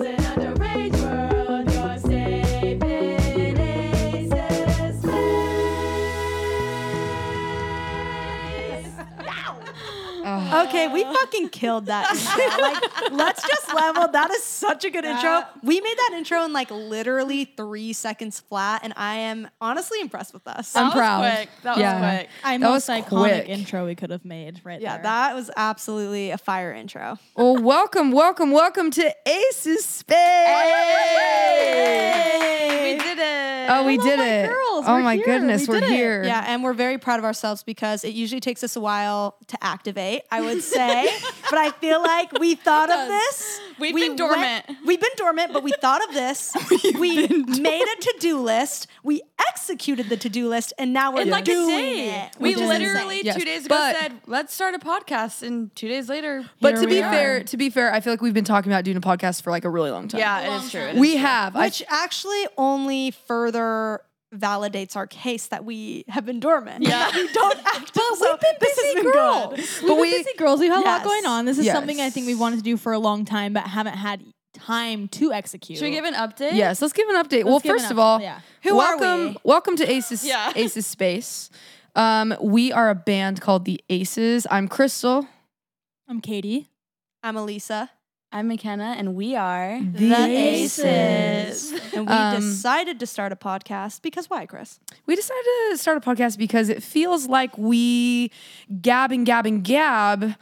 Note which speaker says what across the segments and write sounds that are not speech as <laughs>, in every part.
Speaker 1: in underage world, you're saving aces.
Speaker 2: <sighs> Okay, we fucking killed
Speaker 3: <laughs>
Speaker 2: that. intro. like, let's just level. That is such a good intro. We made that intro in like literally three seconds flat, and I am honestly impressed with us.
Speaker 4: I'm
Speaker 3: was
Speaker 4: proud.
Speaker 3: quick. That was
Speaker 4: That
Speaker 3: quick. I most
Speaker 4: was
Speaker 3: iconic
Speaker 4: quick.
Speaker 3: intro we could have made right
Speaker 2: yeah,
Speaker 3: there.
Speaker 2: that was absolutely a fire intro.
Speaker 4: Well, welcome, welcome, welcome to Aces Space.
Speaker 3: we did it.
Speaker 4: Oh, we
Speaker 3: Hello,
Speaker 4: did
Speaker 3: my
Speaker 4: it.
Speaker 3: Girls.
Speaker 4: oh
Speaker 3: We're
Speaker 4: my
Speaker 3: here.
Speaker 4: goodness,
Speaker 3: we
Speaker 4: are
Speaker 3: did it.
Speaker 4: here.
Speaker 2: Yeah, and we're very proud of ourselves because it usually takes us a while to activate, I would
Speaker 3: <laughs>
Speaker 2: say. but I feel like we thought of this.
Speaker 3: We've been
Speaker 2: went-
Speaker 3: dormant.
Speaker 2: we've been dormant, but we thought of
Speaker 3: <laughs>
Speaker 2: this. we made a to-do list. We executed the to-do list, and now we're
Speaker 3: In like
Speaker 2: doing
Speaker 3: a day.
Speaker 2: it.
Speaker 3: We
Speaker 2: which is insane.
Speaker 3: literally
Speaker 4: Yes,
Speaker 3: two days ago
Speaker 4: but-
Speaker 3: said, let's start a podcast. And two days later,
Speaker 4: But
Speaker 3: here
Speaker 4: to
Speaker 3: we
Speaker 4: be
Speaker 3: are.
Speaker 4: fair, to be fair, I feel like we've been talking about doing a podcast for like a really long time.
Speaker 3: yeah, it is true. It is
Speaker 4: we
Speaker 3: true.
Speaker 4: have. I-
Speaker 2: which actually only further validates our case that we have been dormant.
Speaker 3: Yeah.
Speaker 2: <laughs> we don't act. But we've been busy, this has been
Speaker 4: girls.
Speaker 2: good.
Speaker 3: We've
Speaker 4: but
Speaker 3: been
Speaker 4: we-
Speaker 3: busy girls. We've had a lot
Speaker 2: Yes.
Speaker 3: going on. This is
Speaker 4: Yes.
Speaker 3: something I think we wanted to do for a long time, but haven't had time to execute. Should we give an update?
Speaker 4: yes, let's give an update. well,
Speaker 3: give an
Speaker 4: first of
Speaker 3: up-
Speaker 4: all,
Speaker 3: yeah.
Speaker 2: Who are
Speaker 4: welcome,
Speaker 2: we?
Speaker 4: welcome to Aces
Speaker 3: Yeah.
Speaker 4: Aces Space. Um, we are a band called the Aces. I'm Crystal.
Speaker 3: I'm Katie.
Speaker 2: I'm Elisa,
Speaker 5: I'm McKenna, and we are.
Speaker 4: The
Speaker 3: Aces.
Speaker 2: and we
Speaker 4: Um,
Speaker 2: decided to start a podcast because why, Chris?
Speaker 4: We decided to start a podcast because it feels like we gab and gab and gab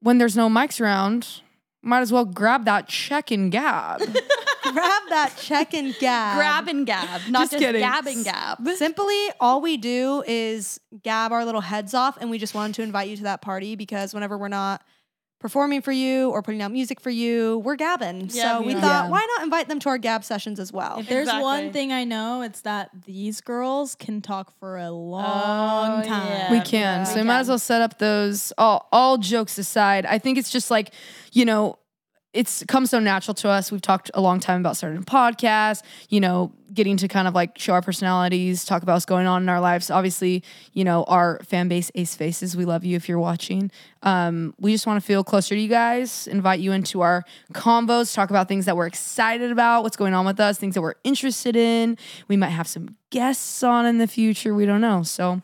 Speaker 4: when there's no mics around. Might as well grab that check and gab.
Speaker 2: Grab that check and gab.
Speaker 5: Grab and gab, not
Speaker 4: Just
Speaker 5: just,
Speaker 4: kidding.
Speaker 5: gab and gab.
Speaker 2: Simply, all we do is gab our little heads off, and we just wanted to invite you to that party because whenever we're not performing for you or putting out music for you, we're gabbing.
Speaker 5: Yeah,
Speaker 2: so
Speaker 5: we
Speaker 2: we
Speaker 5: are.
Speaker 2: thought,
Speaker 4: Yeah.
Speaker 2: why not invite them to our gab sessions as well?
Speaker 3: If there's one
Speaker 5: Exactly.
Speaker 3: thing I know, it's that these girls can talk for a long
Speaker 5: Oh,
Speaker 3: time.
Speaker 5: yeah.
Speaker 4: we can.
Speaker 5: we
Speaker 4: so we might
Speaker 5: can.
Speaker 4: as well set up those all all jokes aside. I think it's just like, you know, it's come so natural to us. We've talked a long time about starting podcasts, you know, getting to kind of like show our personalities, talk about what's going on in our lives. Obviously, you know, our fan base, Ace Faces, we love you if you're watching. Um, we just want to feel closer to you guys, invite you into our combos, talk about things that we're excited about, what's going on with us, things that we're interested in. We might have some guests on in the future. We don't know. So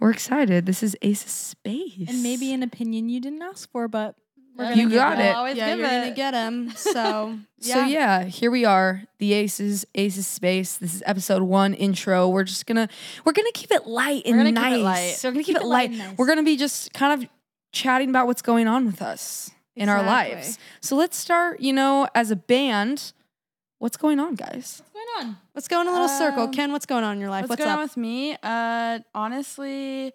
Speaker 4: we're excited. This is Ace of Space.
Speaker 3: And maybe an opinion you didn't ask for, but we're
Speaker 5: Yeah.
Speaker 3: gonna
Speaker 4: You
Speaker 3: give
Speaker 4: got it.
Speaker 5: Always
Speaker 2: yeah,
Speaker 5: give
Speaker 2: you're gonna
Speaker 5: it.
Speaker 2: get them. So yeah.
Speaker 4: So yeah, here we are, the Aces, Aces Space. This is episode one intro. We're just gonna we're gonna keep it light and
Speaker 5: gonna
Speaker 4: nice.
Speaker 5: keep it light.
Speaker 4: We're gonna keep,
Speaker 3: Keep
Speaker 4: it
Speaker 3: it
Speaker 4: light.
Speaker 3: light and nice.
Speaker 4: We're gonna be just kind of chatting about what's going on with us in our
Speaker 2: Exactly.
Speaker 4: lives. So let's start, you know, as a band. What's going on, guys?
Speaker 3: What's going on?
Speaker 2: Let's go in a little circle.
Speaker 5: Um,
Speaker 2: Ken, what's going on in your life?
Speaker 5: What's,
Speaker 2: What's,
Speaker 5: going
Speaker 2: up?
Speaker 5: on with me? Uh, honestly,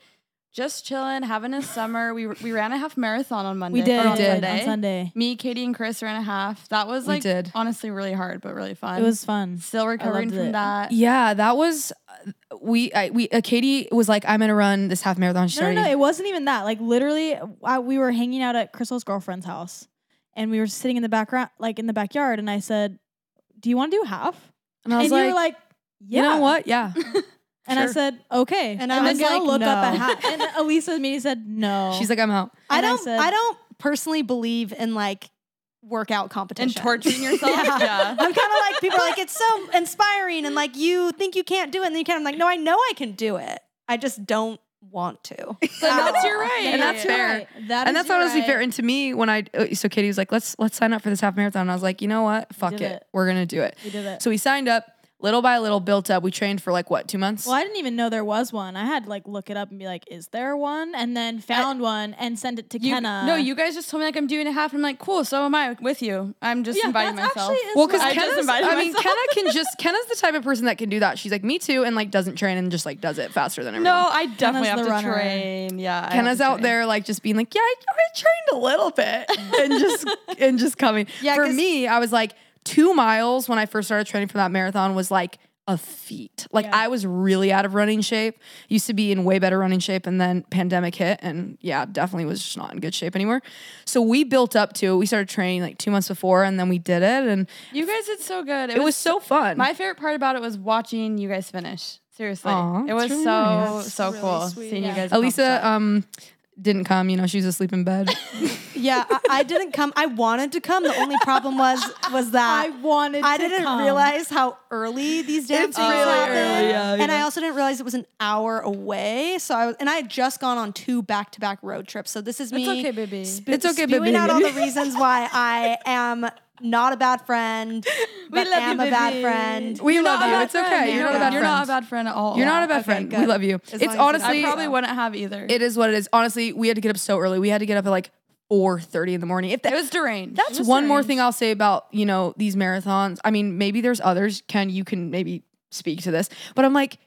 Speaker 5: just chilling, having a summer. we we ran a half marathon on Monday.
Speaker 3: We did.
Speaker 5: or on
Speaker 4: did.
Speaker 5: Sunday.
Speaker 3: on Sunday.
Speaker 5: Me, Katie, and Chris ran a half. That was
Speaker 4: We
Speaker 5: like
Speaker 4: did.
Speaker 5: honestly really hard, but really fun.
Speaker 3: It was fun.
Speaker 5: still recovering
Speaker 3: loved
Speaker 5: from
Speaker 3: it.
Speaker 5: that.
Speaker 4: Yeah, that was we I, we uh, Katie was like, I'm gonna run this half marathon. She
Speaker 3: No, no, no,
Speaker 4: started-
Speaker 3: it wasn't even that. Like literally, I, we were hanging out at Crystal's girlfriend's house, and we were sitting in the background, like in the backyard, and I said, "Do you want to do half?"
Speaker 4: and I was
Speaker 3: and
Speaker 4: like,
Speaker 3: you were like,
Speaker 4: you
Speaker 3: "Yeah."
Speaker 4: know what? Yeah,
Speaker 3: And I
Speaker 4: Sure.
Speaker 3: said, "Okay."
Speaker 2: And I
Speaker 3: I'm
Speaker 2: was
Speaker 3: gonna
Speaker 2: like,
Speaker 3: look up
Speaker 2: "No."
Speaker 3: at half. And Elisa immediately said, "No."
Speaker 4: <laughs> she's like, I'm out.
Speaker 2: I
Speaker 3: And I
Speaker 2: don't. I,
Speaker 3: said-
Speaker 2: don't personally believe in like workout competition
Speaker 5: And <laughs> torturing yourself.
Speaker 2: Yeah.
Speaker 5: yeah.
Speaker 2: <laughs> I'm kind of like people are like it's so inspiring and like you think you can't do it and then you can. I'm like no, I know I can do it. I just don't want to.
Speaker 5: But
Speaker 2: At
Speaker 5: that's
Speaker 2: all.
Speaker 5: your right.
Speaker 4: And that's
Speaker 3: You're
Speaker 4: fair.
Speaker 3: right. That
Speaker 4: and
Speaker 3: is
Speaker 4: that's
Speaker 3: your
Speaker 4: honestly
Speaker 3: right.
Speaker 4: fair. And to me, when I uh, so Katie was like, "Let's let's sign up for this half marathon," and I was like, "You know what? Fuck it.
Speaker 3: did it.
Speaker 4: we're gonna do it."
Speaker 3: We did it.
Speaker 4: So we signed up, little by little, built up. We trained for like what two months?
Speaker 3: Well, I didn't even know there was one. I had to, like look it up and be like, "Is there one?" And then found one and sent it to
Speaker 5: You,
Speaker 3: Kenna.
Speaker 5: no, you guys just told me like I'm doing a half. And I'm like, cool. So am I with you. I'm just
Speaker 3: Yeah,
Speaker 5: inviting
Speaker 3: that's
Speaker 5: myself.
Speaker 3: actually is
Speaker 4: Well, because
Speaker 5: I
Speaker 3: what-
Speaker 5: just
Speaker 4: Kenna's,
Speaker 5: invited
Speaker 4: I mean,
Speaker 5: myself.
Speaker 4: Kenna
Speaker 5: <laughs>
Speaker 4: can just Kenna's the type of person that can do that. She's like, "Me too," and like doesn't train and just like does it faster than everyone.
Speaker 5: No, I definitely
Speaker 3: the
Speaker 5: have to
Speaker 3: runner.
Speaker 5: train. Yeah, I have
Speaker 4: Kenna's
Speaker 5: to
Speaker 4: out
Speaker 5: train.
Speaker 4: there like just being like, yeah, I, I trained a little bit and just
Speaker 5: <laughs>
Speaker 4: and just coming.
Speaker 2: Yeah,
Speaker 4: For
Speaker 2: 'cause-
Speaker 4: me, I was like two miles when I first started training for that marathon was like a feat. Like I was really out of running shape. Used to be in way better running shape, and then pandemic hit, and yeah, definitely was just not in good shape anymore. So we built up to it. We started training like two months before, and then we did it, and
Speaker 5: You guys did so good.
Speaker 4: it was so fun. <laughs>
Speaker 5: my favorite part about it was watching you guys finish. Seriously,
Speaker 4: Aw,
Speaker 5: it was
Speaker 4: that's really
Speaker 5: so
Speaker 4: nice.
Speaker 5: so
Speaker 2: That's really
Speaker 5: cool
Speaker 2: sweet.
Speaker 5: seeing
Speaker 2: Yeah.
Speaker 5: you guys. accomplish
Speaker 4: Elisa
Speaker 5: that.
Speaker 4: um didn't come. You know, she was asleep in
Speaker 5: <laughs>
Speaker 4: bed.
Speaker 2: <laughs> Yeah, I, I didn't come. I wanted to come. The only problem was <laughs> was that
Speaker 3: I wanted.
Speaker 2: I
Speaker 3: to
Speaker 2: didn't
Speaker 3: come.
Speaker 2: realize how early these damn
Speaker 4: It's
Speaker 2: things
Speaker 4: really
Speaker 2: happen.
Speaker 4: early, yeah,
Speaker 2: and I
Speaker 4: yeah.
Speaker 2: also didn't realize it was an hour away. So I was, and I had just gone on two back to back road trips. So this is me.
Speaker 5: It's okay, baby.
Speaker 2: spe-
Speaker 4: It's okay,
Speaker 2: spewing
Speaker 4: baby.
Speaker 2: out
Speaker 4: <laughs>
Speaker 2: all the reasons why I am not a bad friend, but
Speaker 5: love
Speaker 2: am
Speaker 5: you,
Speaker 2: a bad
Speaker 5: baby.
Speaker 2: friend.
Speaker 4: We
Speaker 5: You're
Speaker 4: love
Speaker 5: not a
Speaker 4: you.
Speaker 5: bad
Speaker 4: It's okay.
Speaker 5: friend.
Speaker 4: You're not a bad
Speaker 5: You're
Speaker 4: friend.
Speaker 5: not a bad friend at all.
Speaker 4: You're not a bad
Speaker 2: Okay,
Speaker 4: friend. We
Speaker 2: good.
Speaker 4: love you.
Speaker 2: As long
Speaker 4: it's
Speaker 2: as you know.
Speaker 4: honestly
Speaker 5: I probably wouldn't have either.
Speaker 4: it is what it is. Honestly, we had to get up so early. We had to get up at like 4:30 in the morning. If that
Speaker 5: It was deranged.
Speaker 4: That's one more thing I'll say about, you know, these marathons. I mean, maybe there's others. Ken, you can maybe speak to this. But I'm like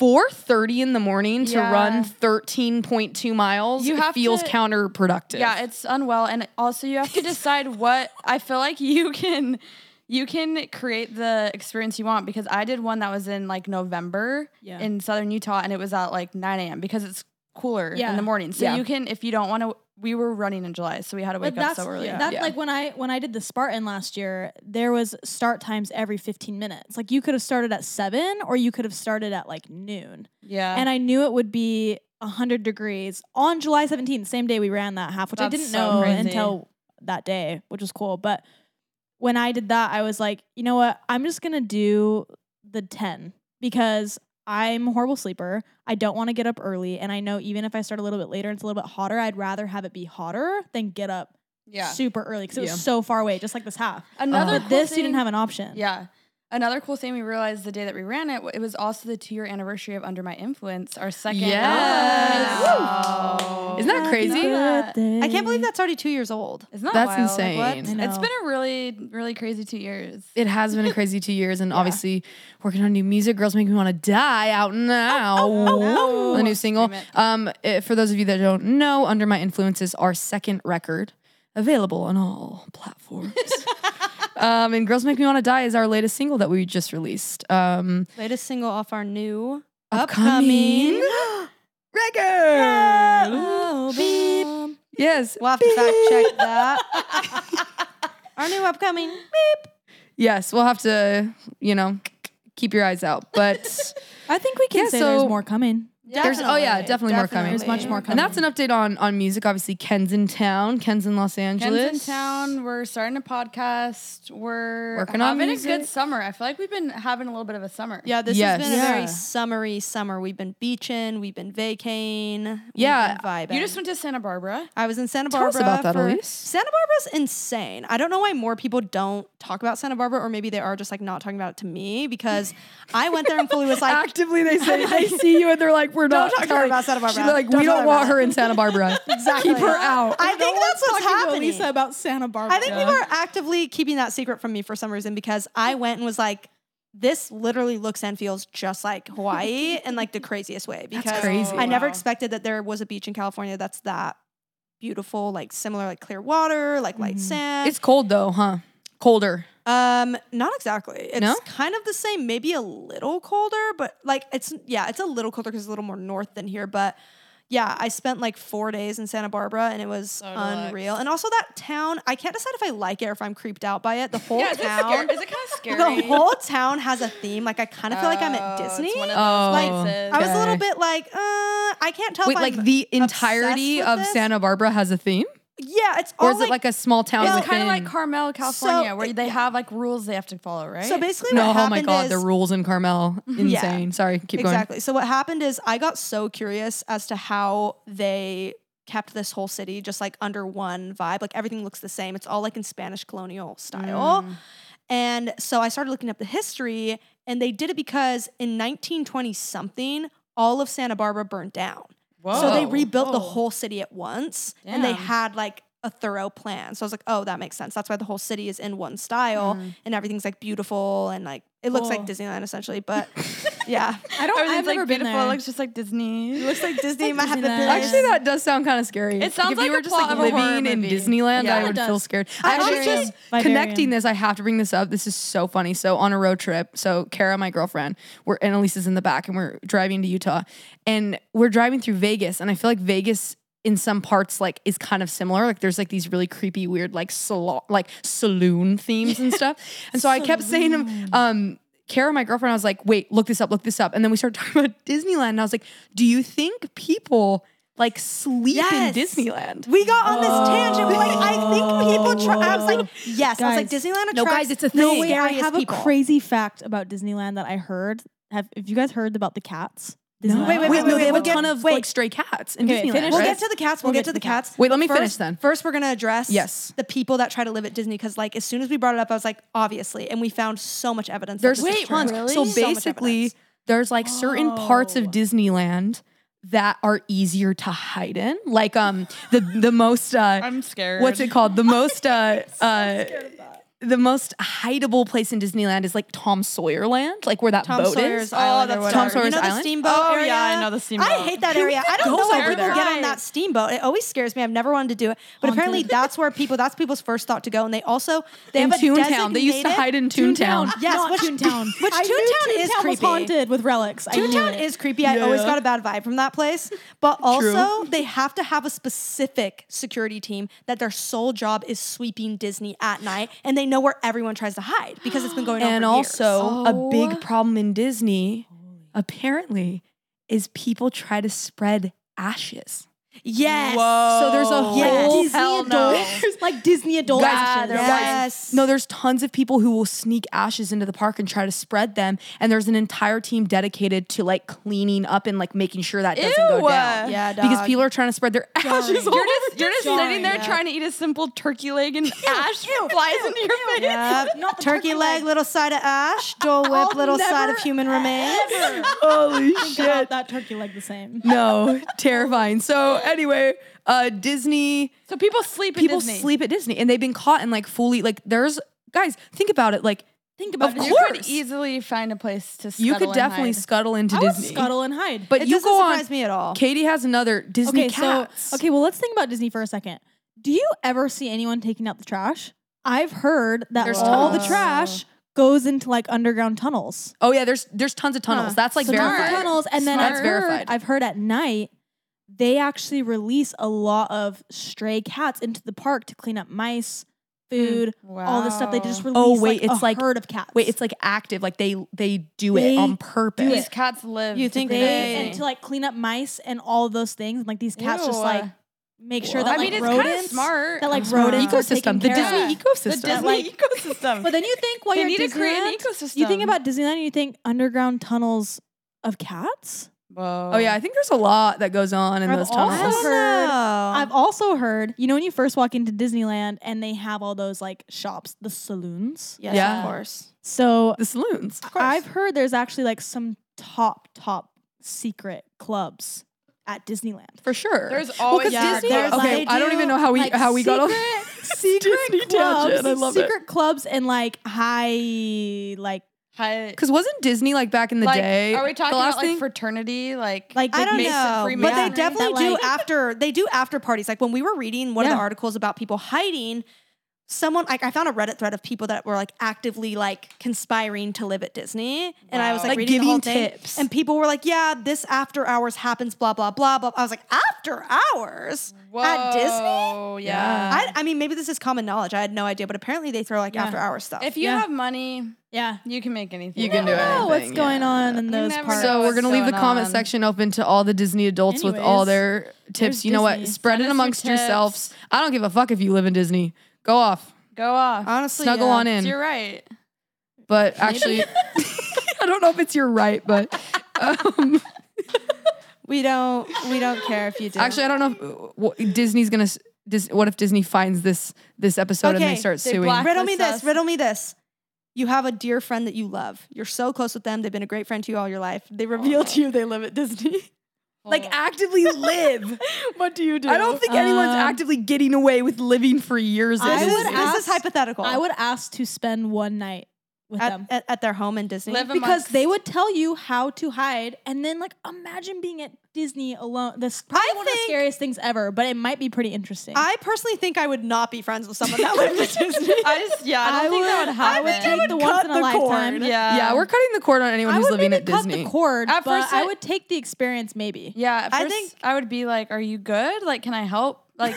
Speaker 4: 4:30 in the morning to
Speaker 5: Yeah.
Speaker 4: run 13.2 miles
Speaker 5: You
Speaker 4: it
Speaker 5: have
Speaker 4: feels
Speaker 5: to-
Speaker 4: counterproductive.
Speaker 5: Yeah, it's unwell, and also you have to decide <laughs> what I feel like you can, you can create the experience you want. Because I did one that was in like November
Speaker 3: Yeah.
Speaker 5: in southern Utah, and it was at like 9 a.m. because it's cooler
Speaker 3: Yeah.
Speaker 5: in the morning. So
Speaker 4: Yeah.
Speaker 5: you can, if you don't want to, we were running in July, so we had to wake
Speaker 3: But that's
Speaker 5: up so early.
Speaker 4: yeah.
Speaker 3: that's like when I when I did the Spartan last year. There was start times every fifteen minutes. Like you could have started at seven, or you could have started at like noon.
Speaker 5: yeah.
Speaker 3: and I knew it would be 100 degrees on July 17th, same day we ran that half, which I
Speaker 5: That's
Speaker 3: didn't
Speaker 5: so
Speaker 3: know
Speaker 5: crazy.
Speaker 3: until that day, which was cool. But when I did that, I was like, you know what? I'm just going to do the 10 because I'm a horrible sleeper. I don't want to get up early. And I know even if I start a little bit later and it's a little bit hotter, I'd rather have it be hotter than get up
Speaker 5: yeah.
Speaker 3: super early because it
Speaker 4: Yeah.
Speaker 3: was so far away, just like this half.
Speaker 5: Another
Speaker 3: But
Speaker 5: cool
Speaker 3: Oh, this, you
Speaker 5: thing-
Speaker 3: didn't have an option.
Speaker 5: Yeah. Another cool thing we realized the day that we ran it, it was also the two year anniversary of Under My Influence, our second.
Speaker 4: Yes.
Speaker 5: Wow.
Speaker 4: Isn't that
Speaker 3: Happy
Speaker 4: crazy?
Speaker 3: birthday.
Speaker 2: I can't believe that's already two years old.
Speaker 5: Isn't that
Speaker 4: That's
Speaker 5: wild? Like, what?
Speaker 4: insane.
Speaker 3: I
Speaker 5: It's
Speaker 3: know.
Speaker 5: been a really, really crazy two years.
Speaker 4: It has
Speaker 5: <laughs>
Speaker 4: been a crazy two years, and obviously working on new music. Girls make me want to die out now.
Speaker 5: oh.
Speaker 4: The new single.
Speaker 5: Scream it.
Speaker 4: Um, eh, for those of you that don't know, Under My Influence is our second record, available on all
Speaker 5: <laughs>
Speaker 4: platforms. um, and Girls Make Me Want to Die is our latest single that we just released. Um,
Speaker 2: Latest single off our new
Speaker 4: upcoming record.
Speaker 2: album.
Speaker 4: Yes.
Speaker 2: We'll have to fact check that.
Speaker 4: <laughs>
Speaker 2: Our new upcoming.
Speaker 4: Yes. We'll have to, you know, keep your eyes out,
Speaker 5: <laughs>
Speaker 4: but.
Speaker 3: I think we can
Speaker 4: Yeah,
Speaker 3: say there's
Speaker 4: so-
Speaker 3: more coming.
Speaker 4: There's oh yeah, definitely, more coming.
Speaker 3: There's much more
Speaker 4: And that's an update on on music. Obviously, Ken's in town. Ken's in Los Angeles.
Speaker 5: Ken's in town. We're starting a podcast. We're
Speaker 4: Working on
Speaker 5: having a
Speaker 4: music.
Speaker 5: good summer. I feel like we've been having a little bit of a summer.
Speaker 2: Yeah, this
Speaker 4: Yes.
Speaker 2: has been a
Speaker 4: Yeah.
Speaker 2: very summery summer. We've been beaching, we've been vacaying, we've
Speaker 4: Yeah,
Speaker 2: been vibing.
Speaker 5: You just went to Santa Barbara.
Speaker 2: I was in Santa
Speaker 4: Tell
Speaker 2: Barbara.
Speaker 4: us about that,
Speaker 2: for-
Speaker 4: Elise.
Speaker 2: Santa Barbara's insane. I don't know why more people don't talk about Santa Barbara, or maybe they are just like not talking about it to me because I went there and fully
Speaker 4: <laughs>
Speaker 2: was like,
Speaker 4: Actively, they say they see you and they're like, "We're not
Speaker 2: talk to her about Santa Barbara.
Speaker 4: She's like,
Speaker 2: Don't
Speaker 4: "We
Speaker 2: tell
Speaker 4: don't
Speaker 2: her
Speaker 4: want
Speaker 2: about
Speaker 4: her
Speaker 2: it."
Speaker 4: in Santa <laughs> Barbara.
Speaker 2: Exactly.
Speaker 4: Keep her out."
Speaker 2: I think that's what's happening.
Speaker 3: Lisa about Santa Barbara.
Speaker 2: I think people are actively keeping that secret from me for some reason because I went and was like, this literally looks and feels just like Hawaii in like the craziest way. Because
Speaker 4: crazy.
Speaker 2: I never
Speaker 5: Wow.
Speaker 2: expected that there was a beach in California that's that beautiful, like similar, like clear water, like light sand.
Speaker 4: it's cold though, huh? Colder.
Speaker 2: um, not exactly. It's
Speaker 4: No?
Speaker 2: kind of the same, maybe a little colder, but like it's yeah, it's a little colder because it's a little more north than here, but yeah, I spent like four days in Santa Barbara and it was
Speaker 5: relaxed.
Speaker 2: unreal. And also that town, I can't decide if I like it or if I'm creeped out by it. The whole
Speaker 5: Yeah, is it, scary?
Speaker 2: town,
Speaker 5: is it kind of scary?
Speaker 2: the whole town has a theme. Like I kind of feel like I'm at
Speaker 5: Oh, it's
Speaker 2: Disney.
Speaker 5: one of those
Speaker 4: Oh,
Speaker 5: places.
Speaker 2: I was a little
Speaker 4: okay.
Speaker 2: bit like, uh, I can't tell.
Speaker 4: Wait,
Speaker 2: if
Speaker 4: like
Speaker 2: I'm
Speaker 4: the
Speaker 2: obsessed
Speaker 4: entirety
Speaker 2: with
Speaker 4: of
Speaker 2: this.
Speaker 4: Santa Barbara has a theme,
Speaker 2: Yeah, it's all
Speaker 4: or is it like a small town?
Speaker 2: Well,
Speaker 5: It's kind of like Carmel, California, where
Speaker 2: it-
Speaker 5: they have like rules they have to follow, right?
Speaker 2: so basically
Speaker 4: No,
Speaker 2: what
Speaker 4: oh
Speaker 2: happened
Speaker 4: my god,
Speaker 2: is
Speaker 4: the rules in Carmel, <laughs> insane. Sorry, keep going.
Speaker 2: exactly. So what happened is I got so curious as to how they kept this whole city just like under one vibe. Like everything looks the same. It's all like in Spanish colonial style. And so I started looking up the history, and they did it because in 1920 something, all of Santa Barbara burned down. So they
Speaker 5: Whoa.
Speaker 2: rebuilt the
Speaker 5: Whoa.
Speaker 2: whole city at once, and they
Speaker 5: Damn.
Speaker 2: had like a thorough plan. So I was like, oh, that makes sense. That's why the whole city is in one style, and everything's like beautiful and like it looks like
Speaker 3: Cool.
Speaker 2: Disneyland essentially. But <laughs> yeah,
Speaker 3: I don't.
Speaker 5: Everything's
Speaker 3: I've
Speaker 5: like
Speaker 3: never been
Speaker 5: beautiful.
Speaker 3: there.
Speaker 5: It looks just like Disney.
Speaker 2: looks like Disney might have the
Speaker 3: Disneyland.
Speaker 4: Actually,
Speaker 2: biggest-
Speaker 4: that does sound kind of scary.
Speaker 5: It sounds
Speaker 4: if you
Speaker 5: like
Speaker 4: were
Speaker 5: a
Speaker 4: just
Speaker 5: plot
Speaker 4: like
Speaker 5: of a horror
Speaker 4: living in
Speaker 5: movie.
Speaker 4: Disneyland,
Speaker 5: Yeah.
Speaker 4: I would
Speaker 3: It
Speaker 4: feel
Speaker 3: does.
Speaker 4: scared. I actually
Speaker 3: Vivarium.
Speaker 4: just
Speaker 3: Vivarium.
Speaker 4: connecting this. I have to bring this up. This is so funny. So on a road trip, so Kara, my girlfriend, we're and Elise is in the back, and we're driving to Utah, and we're driving through Vegas, and I feel like Vegas. In some parts, like is kind of similar. Like there's like these really creepy, weird, like salon, like saloon themes
Speaker 2: <laughs>
Speaker 4: and stuff. And so I kept saying, to him, um, Kara, my girlfriend, I <laughs> was like, wait, look this up, look this up. And then we started talking about Disneyland. And I was like, do you think people like sleep
Speaker 2: Yes.
Speaker 4: in Disneyland.
Speaker 2: We got on this tangent. We like, I think people try. I was like, yes. I was like,
Speaker 3: Guys.
Speaker 2: Disneyland attracts.
Speaker 4: No, guys, it's a
Speaker 3: No,
Speaker 4: thing.
Speaker 3: wait, I
Speaker 4: Scariest
Speaker 3: have
Speaker 4: people.
Speaker 3: a crazy fact about Disneyland that I heard. Have, have you guys heard about the cats? Disneyland?
Speaker 2: Wait, wait,
Speaker 4: Wait,
Speaker 2: wait,
Speaker 4: no,
Speaker 2: wait,
Speaker 4: they have
Speaker 2: we'll
Speaker 4: a
Speaker 2: get-
Speaker 4: ton of
Speaker 2: wait.
Speaker 4: like stray cats in
Speaker 3: Okay,
Speaker 4: Disneyland.
Speaker 3: finish
Speaker 2: We'll
Speaker 3: right?
Speaker 2: get to the cats. We'll, get, to the cats.
Speaker 4: Wait, let me
Speaker 2: First-
Speaker 4: finish then.
Speaker 2: First, we're gonna address
Speaker 4: Yes.
Speaker 2: the people that try to live at Disney because, like, as soon as we brought it up, I was like, obviously, and we found so much evidence.
Speaker 4: There's
Speaker 2: that this is true.
Speaker 4: tons. So
Speaker 2: much evidence. Oh.
Speaker 4: basically, there's like certain parts of
Speaker 3: Whoa.
Speaker 4: Disneyland that are easier to hide in. Like um the the
Speaker 2: <laughs>
Speaker 4: most uh
Speaker 5: I'm scared.
Speaker 4: what's it called? The most uh uh the most hideable place in Disneyland is like Tom Sawyer Land, like where that
Speaker 2: Tom
Speaker 4: boat
Speaker 2: Sawyer's
Speaker 4: is.
Speaker 2: Island.
Speaker 5: Oh, that's
Speaker 2: or
Speaker 5: Tom
Speaker 2: whatever.
Speaker 4: Sawyer's
Speaker 2: you know
Speaker 4: Island?
Speaker 2: The steamboat
Speaker 5: Oh,
Speaker 2: area?
Speaker 5: yeah, I know the
Speaker 2: I
Speaker 5: steamboat.
Speaker 2: hate that area. I don't
Speaker 4: goes
Speaker 2: know why
Speaker 4: over
Speaker 2: people
Speaker 4: there?
Speaker 2: get on that steamboat. It always scares me. I've never wanted to do it, but apparently that's where people. That's people's first thought to go, and they also they
Speaker 4: In
Speaker 2: have a
Speaker 4: Toontown. They used to
Speaker 2: designated-
Speaker 4: hide in Toontown.
Speaker 2: Yes,
Speaker 3: Not
Speaker 2: which,
Speaker 3: Toontown. <laughs>
Speaker 2: Which
Speaker 3: I knew
Speaker 2: Toontown is
Speaker 3: Toontown was
Speaker 2: creepy.
Speaker 3: haunted with relics. I knew
Speaker 2: Toontown
Speaker 3: it.
Speaker 2: is creepy. I always got a bad vibe from that place.
Speaker 4: <laughs>
Speaker 2: But also, they have to have a specific security team that their sole job is sweeping Disney at night, and they know where everyone tries to hide because it's been going on.
Speaker 4: And
Speaker 2: for
Speaker 4: also,
Speaker 2: years.
Speaker 4: a
Speaker 2: Oh.
Speaker 4: big problem in Disney apparently is people try to spread ashes.
Speaker 2: yes.
Speaker 4: So there's a whole
Speaker 2: Yes.
Speaker 3: Disney
Speaker 5: Hell no.
Speaker 3: adults, like Disney adults.
Speaker 4: Guys,
Speaker 5: they're
Speaker 2: Yes.
Speaker 4: No, there's tons of people who will sneak ashes into the park and try to spread them. And there's an entire team dedicated to like cleaning up and like making sure that doesn't go
Speaker 5: Ew.
Speaker 4: down.
Speaker 2: Yeah,
Speaker 4: Because
Speaker 2: dog.
Speaker 4: people are trying to spread their ashes.
Speaker 5: You're <laughs> just, you're just
Speaker 3: Sorry,
Speaker 5: sitting there
Speaker 3: yeah.
Speaker 5: trying to eat a simple turkey leg and ash flies into your face. <laughs>
Speaker 2: Yep. Uh, turkey leg, little side of ash, Dole Whip, little side of human remains.
Speaker 4: Holy
Speaker 3: Think about that turkey leg the same.
Speaker 4: No, terrifying. So anyway, uh Disney
Speaker 5: So people sleep in
Speaker 4: people
Speaker 5: Disney.
Speaker 4: sleep at Disney and they've been caught and like fully like there's guys, think about it. Like
Speaker 3: Think
Speaker 4: about Of
Speaker 3: about it.
Speaker 4: it.
Speaker 5: You could
Speaker 4: course.
Speaker 5: easily find a place to
Speaker 4: you
Speaker 5: scuttle
Speaker 4: could
Speaker 5: and
Speaker 4: definitely
Speaker 5: hide.
Speaker 4: scuttle into
Speaker 3: I would
Speaker 4: Disney.
Speaker 3: scuttle and hide.
Speaker 4: But
Speaker 2: It
Speaker 4: you
Speaker 2: doesn't
Speaker 4: go on.
Speaker 2: surprise me at all.
Speaker 4: Katie has another Disney
Speaker 3: okay,
Speaker 4: cats.
Speaker 3: so okay, well, let's think about Disney for a second. Do you ever see anyone taking out the trash? I've heard that
Speaker 4: There's
Speaker 3: all the
Speaker 5: tons.
Speaker 3: trash goes into like underground tunnels.
Speaker 4: Oh yeah, there's there's tons of tunnels.
Speaker 2: Huh.
Speaker 4: That's like
Speaker 3: so tons of
Speaker 4: verified.
Speaker 3: tunnels, and then
Speaker 4: Smart.
Speaker 3: I've
Speaker 4: That's
Speaker 3: heard,
Speaker 4: verified.
Speaker 3: I've heard at night they actually release a lot of stray cats into the park to clean up mice, food, all this stuff. They just
Speaker 5: Mm. Wow.
Speaker 3: release.
Speaker 4: Oh, wait,
Speaker 3: like,
Speaker 4: it's
Speaker 3: a
Speaker 4: like-
Speaker 3: herd of cats.
Speaker 4: Wait, it's like active. Like they they do it
Speaker 3: They
Speaker 4: on
Speaker 3: do
Speaker 4: purpose.
Speaker 5: These cats live.
Speaker 2: You
Speaker 5: to
Speaker 2: think
Speaker 5: be
Speaker 3: they
Speaker 2: they-
Speaker 5: Disney.
Speaker 3: and to like clean up mice and all those things. And, like these cats just
Speaker 5: Ew.
Speaker 3: like make sure
Speaker 5: I
Speaker 3: that like
Speaker 5: mean, it's kind of
Speaker 3: rodents
Speaker 5: smart.
Speaker 3: that like
Speaker 4: Smart.
Speaker 3: rodents are taken
Speaker 4: ecosystem. The
Speaker 3: care of.
Speaker 4: Disney
Speaker 5: Yeah. the
Speaker 4: ecosystem.
Speaker 5: Disney <laughs> ecosystem.
Speaker 3: But then you think while
Speaker 5: They
Speaker 3: you're
Speaker 5: need
Speaker 3: at
Speaker 5: to create an
Speaker 3: Disneyland, you think
Speaker 5: ecosystem.
Speaker 3: about Disneyland and you think underground tunnels of cats.
Speaker 5: Whoa.
Speaker 4: oh yeah, I think there's a lot that goes on in
Speaker 3: I've
Speaker 4: those
Speaker 3: also
Speaker 4: tunnels.
Speaker 2: I don't
Speaker 3: heard-
Speaker 2: know.
Speaker 4: Uh-huh.
Speaker 3: I've also heard, you know, when you first walk into Disneyland and they have all those like shops, the saloons.
Speaker 2: yes,
Speaker 4: Yeah.
Speaker 2: of course.
Speaker 3: So
Speaker 4: <laughs> the saloons. Of
Speaker 3: I've heard there's actually like some top top secret clubs
Speaker 4: <laughs>
Speaker 3: at Disneyland.
Speaker 4: for sure.
Speaker 5: There's always
Speaker 2: yeah,
Speaker 4: Disney.
Speaker 2: there's
Speaker 4: okay,
Speaker 2: like-
Speaker 4: I don't
Speaker 2: they
Speaker 4: even
Speaker 2: do,
Speaker 4: know how we
Speaker 3: like,
Speaker 4: how we got on
Speaker 3: secret
Speaker 4: <laughs> Disney tangent. I love it.
Speaker 3: secret clubs and like high like
Speaker 5: Hi-
Speaker 4: Because wasn't Disney like back in the
Speaker 5: like,
Speaker 4: day?
Speaker 5: Are we talking
Speaker 4: the last
Speaker 5: about like
Speaker 4: thing?
Speaker 5: fraternity? Like,
Speaker 3: like
Speaker 2: I
Speaker 3: they
Speaker 2: don't
Speaker 3: make-
Speaker 5: Mason-
Speaker 2: know, but
Speaker 5: Freemasonry
Speaker 2: they
Speaker 5: that,
Speaker 2: definitely do
Speaker 3: like-
Speaker 2: after they do after parties. Like when we were reading one of
Speaker 3: Yeah.
Speaker 2: the articles about people hiding, someone like I found a Reddit thread of people that were like actively like conspiring to live at Disney, and I was like,
Speaker 5: Wow.
Speaker 4: Like
Speaker 2: reading the whole
Speaker 4: giving
Speaker 2: thing,
Speaker 4: tips.
Speaker 2: and people were like, "Yeah, this after hours happens." Blah blah blah blah. I was like, "After hours at Disney."
Speaker 5: Whoa, Yeah.
Speaker 2: I, I mean, maybe this is common knowledge. I had no idea, but apparently they throw like
Speaker 3: Yeah.
Speaker 2: after hours stuff.
Speaker 5: if you
Speaker 3: Yeah.
Speaker 5: have money,
Speaker 3: yeah.
Speaker 5: you can make anything.
Speaker 4: You can do
Speaker 5: happen.
Speaker 4: it.
Speaker 3: Oh, what's
Speaker 4: anything,
Speaker 3: going
Speaker 4: yeah.
Speaker 3: on in
Speaker 5: You
Speaker 3: those
Speaker 5: never
Speaker 3: parts?
Speaker 5: know
Speaker 4: So we're
Speaker 5: what's
Speaker 4: gonna leave the
Speaker 5: going
Speaker 4: comment
Speaker 5: on.
Speaker 4: section open to all the Disney adults with all
Speaker 3: Anyways,
Speaker 4: their tips.
Speaker 3: there's
Speaker 4: You know what?
Speaker 3: Disney.
Speaker 4: Spread
Speaker 5: Send
Speaker 4: it
Speaker 5: us your
Speaker 4: amongst
Speaker 5: tips.
Speaker 4: yourselves. I don't give a fuck if you live in Disney. Go off,
Speaker 5: Go off.
Speaker 2: Honestly,
Speaker 4: snuggle
Speaker 2: yeah.
Speaker 4: on in.
Speaker 5: You're right.
Speaker 4: but actually, <laughs> I don't know if it's your right, but um,
Speaker 2: We don't we don't care if you do.
Speaker 4: actually, I don't know. If, what, Disney's gonna. s- Dis, what if Disney finds this this episode and
Speaker 2: Okay,
Speaker 4: they start
Speaker 5: they
Speaker 4: suing?
Speaker 5: black-
Speaker 2: riddle me
Speaker 5: Blacklist
Speaker 2: this.
Speaker 5: us.
Speaker 2: Riddle me this. You have a dear friend that you love. You're so close with them. They've been a great friend to you all your life. They reveal to you they live at Disney.
Speaker 4: like actively live.
Speaker 2: what do you do?
Speaker 4: I don't think anyone's
Speaker 3: Um,
Speaker 4: actively getting away with living for years.
Speaker 3: I
Speaker 2: <laughs> this,
Speaker 4: in
Speaker 2: is,
Speaker 3: would
Speaker 4: Disney.
Speaker 2: this is
Speaker 3: ask-
Speaker 2: hypothetical.
Speaker 3: I would ask to spend one night with
Speaker 2: at,
Speaker 3: them
Speaker 2: at, at their home in Disney.
Speaker 5: Live
Speaker 3: because
Speaker 5: amongst-
Speaker 3: they would tell you how to hide, and then like imagine being at Disney alone. This probably
Speaker 2: I
Speaker 3: one of the
Speaker 2: think-
Speaker 3: scariest things ever, but it might be pretty interesting.
Speaker 2: I personally think I would not be friends with someone that lived at Disney.
Speaker 5: I just <laughs> yeah. I don't think that would
Speaker 3: I
Speaker 5: happen.
Speaker 3: would take the once
Speaker 2: cut
Speaker 3: in a
Speaker 2: the
Speaker 3: lifetime.
Speaker 2: cord.
Speaker 5: yeah.
Speaker 4: yeah, we're cutting the cord on anyone
Speaker 3: I
Speaker 4: who's
Speaker 3: would
Speaker 4: living
Speaker 3: maybe
Speaker 4: at
Speaker 3: cut
Speaker 4: Disney.
Speaker 3: the cord,
Speaker 5: At
Speaker 3: but
Speaker 5: first
Speaker 3: I
Speaker 5: I-
Speaker 3: would take the experience maybe.
Speaker 5: Yeah, at
Speaker 2: I
Speaker 5: first I
Speaker 2: think-
Speaker 5: would be like, "Are you good? Like, can I help? Like,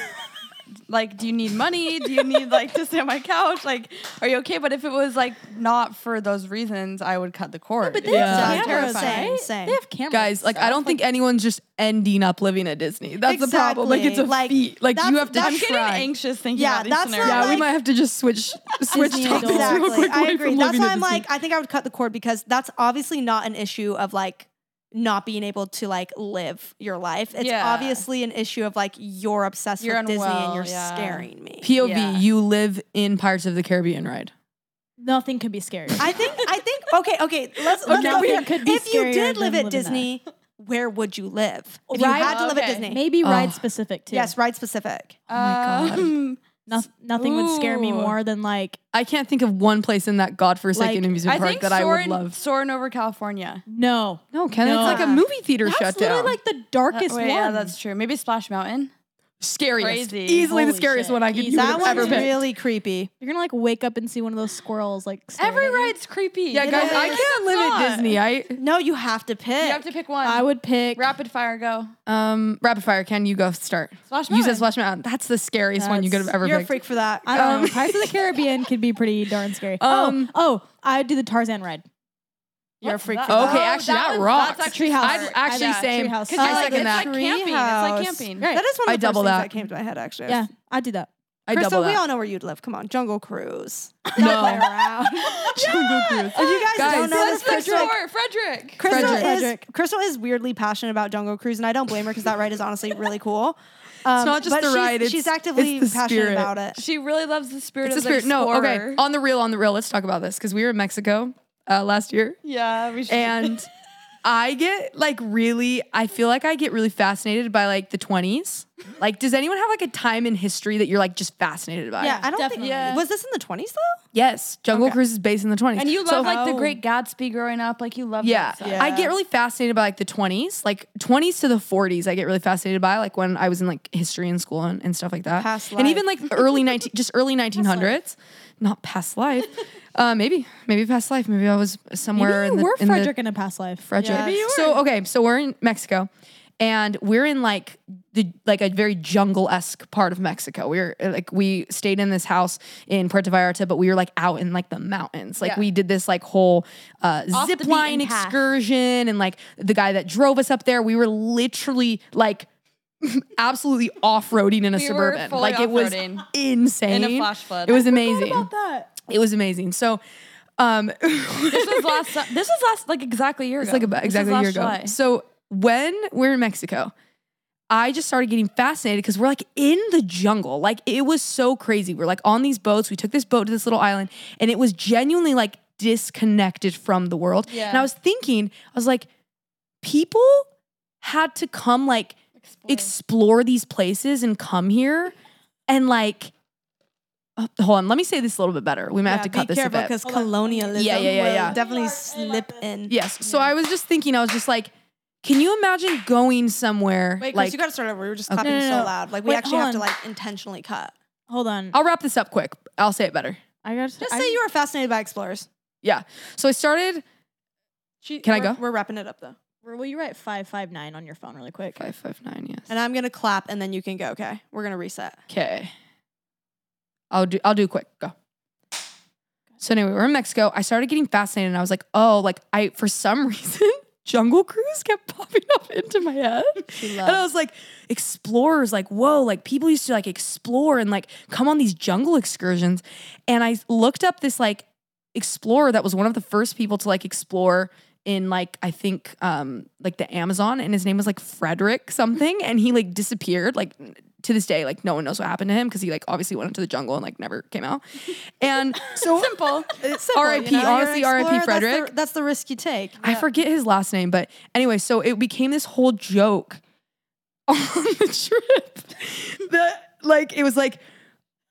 Speaker 5: like, do you need money? do you need like to stay on my couch? Like, are you okay? But if it was like not for those reasons, I would cut the cord.
Speaker 3: but they
Speaker 5: It
Speaker 4: Yeah.
Speaker 3: have
Speaker 5: sounds
Speaker 3: cameras,
Speaker 5: terrifying.
Speaker 3: right?
Speaker 2: Same,
Speaker 3: They have cameras.
Speaker 4: Guys, like I don't think anyone's just ending up living at Disney. That's the problem. Like it's a
Speaker 2: Exactly. Like,
Speaker 4: feat. Like you
Speaker 2: that's-
Speaker 4: have to
Speaker 2: that's-
Speaker 5: I'm
Speaker 4: try.
Speaker 5: getting anxious thinking
Speaker 2: Yeah,
Speaker 5: about these
Speaker 2: that's not
Speaker 5: scenarios.
Speaker 4: yeah, we
Speaker 2: like-
Speaker 4: might have to just switch switch
Speaker 3: Disney
Speaker 4: topics
Speaker 3: adults.
Speaker 4: real
Speaker 2: Exactly.
Speaker 4: quick.
Speaker 2: I
Speaker 4: away
Speaker 2: agree.
Speaker 4: from
Speaker 2: That's
Speaker 4: living
Speaker 2: why
Speaker 4: at
Speaker 2: I'm
Speaker 4: Disney.
Speaker 2: like, I think I would cut the cord because that's obviously not an issue of like not being able to like live your life. It's
Speaker 5: Yeah.
Speaker 2: obviously an issue of like you're obsessed
Speaker 5: You're
Speaker 2: with Disney and
Speaker 5: unwell,
Speaker 2: you're
Speaker 5: yeah.
Speaker 2: scaring me.
Speaker 4: POV,
Speaker 5: Yeah.
Speaker 4: you live in Pirates of the Caribbean ride.
Speaker 3: nothing could be scarier.
Speaker 2: I think I think okay, okay, let's let's
Speaker 3: Okay,
Speaker 2: go
Speaker 3: we-
Speaker 2: here.
Speaker 3: could be
Speaker 2: If you
Speaker 3: scarier
Speaker 2: did live
Speaker 3: than
Speaker 2: at
Speaker 3: living
Speaker 2: Disney, where would you live? If you
Speaker 5: Right.
Speaker 2: had to live at
Speaker 5: Okay.
Speaker 2: Disney.
Speaker 3: Maybe
Speaker 4: Oh.
Speaker 3: ride specific too.
Speaker 2: Yes, ride specific.
Speaker 4: my God.
Speaker 5: Um,
Speaker 3: Noth- nothing would scare me
Speaker 5: Ooh.
Speaker 3: more than like
Speaker 4: I can't think of one place in that godforsaken
Speaker 3: Like,
Speaker 4: amusement
Speaker 5: I
Speaker 4: park
Speaker 5: think
Speaker 4: that I would
Speaker 5: Soarin,
Speaker 4: love.
Speaker 5: Soarin over California.
Speaker 3: no.
Speaker 4: No, Ken,
Speaker 3: No.
Speaker 4: it's like a movie theater
Speaker 3: That's
Speaker 4: shutdown.
Speaker 3: literally like the darkest
Speaker 5: Uh, wait,
Speaker 3: one.
Speaker 5: Yeah, that's true. Maybe Splash Mountain.
Speaker 4: scariest,
Speaker 5: Crazy.
Speaker 4: easily the
Speaker 3: Holy
Speaker 4: scariest
Speaker 3: shit.
Speaker 4: one I could you
Speaker 3: Easy.
Speaker 4: would
Speaker 3: That
Speaker 4: have ever
Speaker 3: one's
Speaker 4: picked.
Speaker 2: really creepy.
Speaker 3: You're gonna like wake up and see one of those squirrels like staring
Speaker 5: Every
Speaker 3: at you.
Speaker 5: ride's creepy.
Speaker 4: yeah,
Speaker 5: It
Speaker 4: guys,
Speaker 5: is.
Speaker 4: I can't live
Speaker 5: It's
Speaker 4: at
Speaker 5: not.
Speaker 4: Disney. I
Speaker 2: No, you have to pick.
Speaker 5: You have to pick one.
Speaker 3: I would pick
Speaker 5: rapid fire go.
Speaker 4: um rapid fire. Ken, you go start.
Speaker 5: Splash
Speaker 4: You said
Speaker 5: Mountain.
Speaker 4: Splash Mountain. That's the scariest one you could have ever
Speaker 2: You're a
Speaker 4: picked.
Speaker 2: freak for that.
Speaker 3: I don't
Speaker 4: Um,
Speaker 3: know. Pirates of the Caribbean could be pretty darn scary.
Speaker 4: Um,
Speaker 3: oh, oh, I'd do the Tarzan ride.
Speaker 2: You're a freak
Speaker 5: Oh,
Speaker 2: for
Speaker 4: Okay,
Speaker 2: that.
Speaker 4: actually, that
Speaker 5: one's-
Speaker 4: rocks.
Speaker 5: That's actually
Speaker 3: Treehouse.
Speaker 5: hard.
Speaker 4: I'd actually
Speaker 3: I like
Speaker 4: say
Speaker 3: treehouse.
Speaker 5: Because
Speaker 4: I
Speaker 5: it's, like,
Speaker 4: second
Speaker 5: it's like
Speaker 4: that.
Speaker 5: camping.
Speaker 2: Treehouse.
Speaker 5: It's like camping.
Speaker 3: Right.
Speaker 2: That is one
Speaker 4: I
Speaker 2: of the first
Speaker 4: double
Speaker 2: things
Speaker 4: that.
Speaker 2: that. came to my head, actually.
Speaker 3: Yeah, I'd do that.
Speaker 4: I
Speaker 2: Crystal,
Speaker 4: double
Speaker 2: we all
Speaker 4: that.
Speaker 2: know where you'd live. Come on, Jungle Cruise.
Speaker 4: <laughs> No,
Speaker 2: Around.
Speaker 4: Jungle Cruise.
Speaker 2: If you guys,
Speaker 4: Guys,
Speaker 2: don't know
Speaker 5: That's
Speaker 2: this,
Speaker 5: the
Speaker 2: Crystal,
Speaker 5: drawer, Frederick.
Speaker 2: Crystal
Speaker 4: Frederick.
Speaker 2: is
Speaker 3: Frederick.
Speaker 2: Crystal is weirdly passionate about Jungle Cruise, and I don't blame her because that ride is honestly really cool. Um,
Speaker 4: It's not just
Speaker 2: but
Speaker 4: the
Speaker 2: she's-
Speaker 4: ride, it's-
Speaker 2: She's actively
Speaker 4: it's the
Speaker 2: passionate
Speaker 4: spirit.
Speaker 2: about it.
Speaker 5: She really loves the spirit
Speaker 4: It's
Speaker 5: of
Speaker 4: the spirit.
Speaker 5: The
Speaker 4: No, okay.
Speaker 5: explorer.
Speaker 4: On the real, on the real. Let's talk about this because we were in Mexico uh, last year.
Speaker 5: Yeah, we should.
Speaker 4: and I get like really, I feel like I get really fascinated by like the 20s. Like, does anyone have like a time in history that you're like just fascinated by?
Speaker 2: Yeah, I don't
Speaker 3: Definitely.
Speaker 2: think.
Speaker 5: Yeah.
Speaker 2: Was this in the twenties though?
Speaker 4: Yes. Jungle
Speaker 2: Okay.
Speaker 4: Cruise is based in the 20s.
Speaker 5: and you love
Speaker 4: So-
Speaker 5: like the Great Gatsby growing up. Like you love
Speaker 4: yeah.
Speaker 5: that. stuff.
Speaker 4: I get really fascinated by like the 20s, like 20s to the 40s. I get really fascinated by like when I was in like history in school and, and stuff like that.
Speaker 2: Past
Speaker 4: And
Speaker 2: life.
Speaker 4: even like the early
Speaker 5: <laughs>
Speaker 4: 19, just early 1900s. Not past life. uh, maybe, maybe past life. Maybe I was somewhere
Speaker 3: Maybe
Speaker 4: in
Speaker 3: you
Speaker 4: the,
Speaker 3: were
Speaker 4: in the-
Speaker 3: Frederick in a past life.
Speaker 4: Frederick.
Speaker 2: Maybe you
Speaker 4: So okay, so we're in Mexico, and we're in like the like a very jungle esque part of Mexico. We were uh, like we stayed in this house in Puerto Vallarta, but we were like out in like the mountains. Like
Speaker 5: Yeah.
Speaker 4: we did this like whole uh,
Speaker 5: Off the
Speaker 4: zip
Speaker 5: beaten
Speaker 4: line
Speaker 5: path.
Speaker 4: excursion, and like the guy that drove us up there, we were literally like. <laughs> Absolutely off roading in a
Speaker 5: We were
Speaker 4: suburban,
Speaker 5: fully
Speaker 4: like it was
Speaker 5: off-roading.
Speaker 4: insane.
Speaker 5: flash flood.
Speaker 4: it
Speaker 5: I
Speaker 4: was amazing.
Speaker 3: that.
Speaker 4: It was amazing. So, um,
Speaker 5: This was last. su- This was last like exactly a year
Speaker 4: It's
Speaker 5: ago.
Speaker 4: like about
Speaker 5: This was
Speaker 4: exactly a year
Speaker 5: last
Speaker 4: ago.
Speaker 5: July.
Speaker 4: So when we're in Mexico, I just started getting fascinated because we're like in the jungle. Like it was so crazy. We're like on these boats. We took this boat to this little island and it was genuinely like disconnected from the world.
Speaker 5: Yeah.
Speaker 4: And I was thinking, I was like, people had to come like explore these places and come here and like uh, hold on, let me say this a little bit better. We might have to cut
Speaker 2: be
Speaker 4: this
Speaker 2: careful
Speaker 4: a bit.
Speaker 2: because colonialism.
Speaker 4: Yeah, yeah, yeah,
Speaker 2: will
Speaker 4: yeah.
Speaker 2: Definitely slip in.
Speaker 4: Yes. So I was just thinking, I was just like, can you imagine going somewhere?
Speaker 2: Wait, Chris,
Speaker 4: like,
Speaker 2: you got to start over. We were just
Speaker 4: Okay.
Speaker 2: clapping
Speaker 3: No, no,
Speaker 2: so
Speaker 3: no.
Speaker 2: loud. Like we
Speaker 3: Wait,
Speaker 2: actually have
Speaker 3: hold
Speaker 2: to
Speaker 3: on.
Speaker 2: like intentionally cut.
Speaker 3: Hold on.
Speaker 4: I'll wrap this up quick. I'll say it better.
Speaker 3: Oh, I got to
Speaker 2: Just say you were fascinated by explorers.
Speaker 4: Yeah. So I started
Speaker 2: She,
Speaker 4: Can I
Speaker 2: we're-
Speaker 4: go?
Speaker 2: We're wrapping it up though,
Speaker 3: Will you write five five nine on your phone really quick?
Speaker 4: five five nine. Yes.
Speaker 2: and I'm gonna clap, and then you can go. Okay, we're gonna reset.
Speaker 4: Okay. I'll do. I'll do quick. Go. So anyway, we're in Mexico. I started getting fascinated, and I was like, oh, like I for some <laughs> reason. Jungle Cruise kept popping up into my <laughs> head. And I was like, explorers, like, whoa, like people used to like explore and like come on these jungle excursions. And I looked up this like explorer that was one of the first people to like explore in like I think um like the Amazon and his name was like Frederick something and he like disappeared like to this day like no one knows what happened to him because he like obviously went into the jungle and like never came out and <laughs> so
Speaker 5: simple.
Speaker 2: It's simple,
Speaker 4: R.I.P.,
Speaker 2: You're an
Speaker 4: honestly, R.I.P.
Speaker 2: explorer, that's the-
Speaker 4: Frederick.
Speaker 2: That's the risk you take.
Speaker 4: I forget his last name but anyway so it became this whole joke <laughs> on the trip <laughs> that like it was like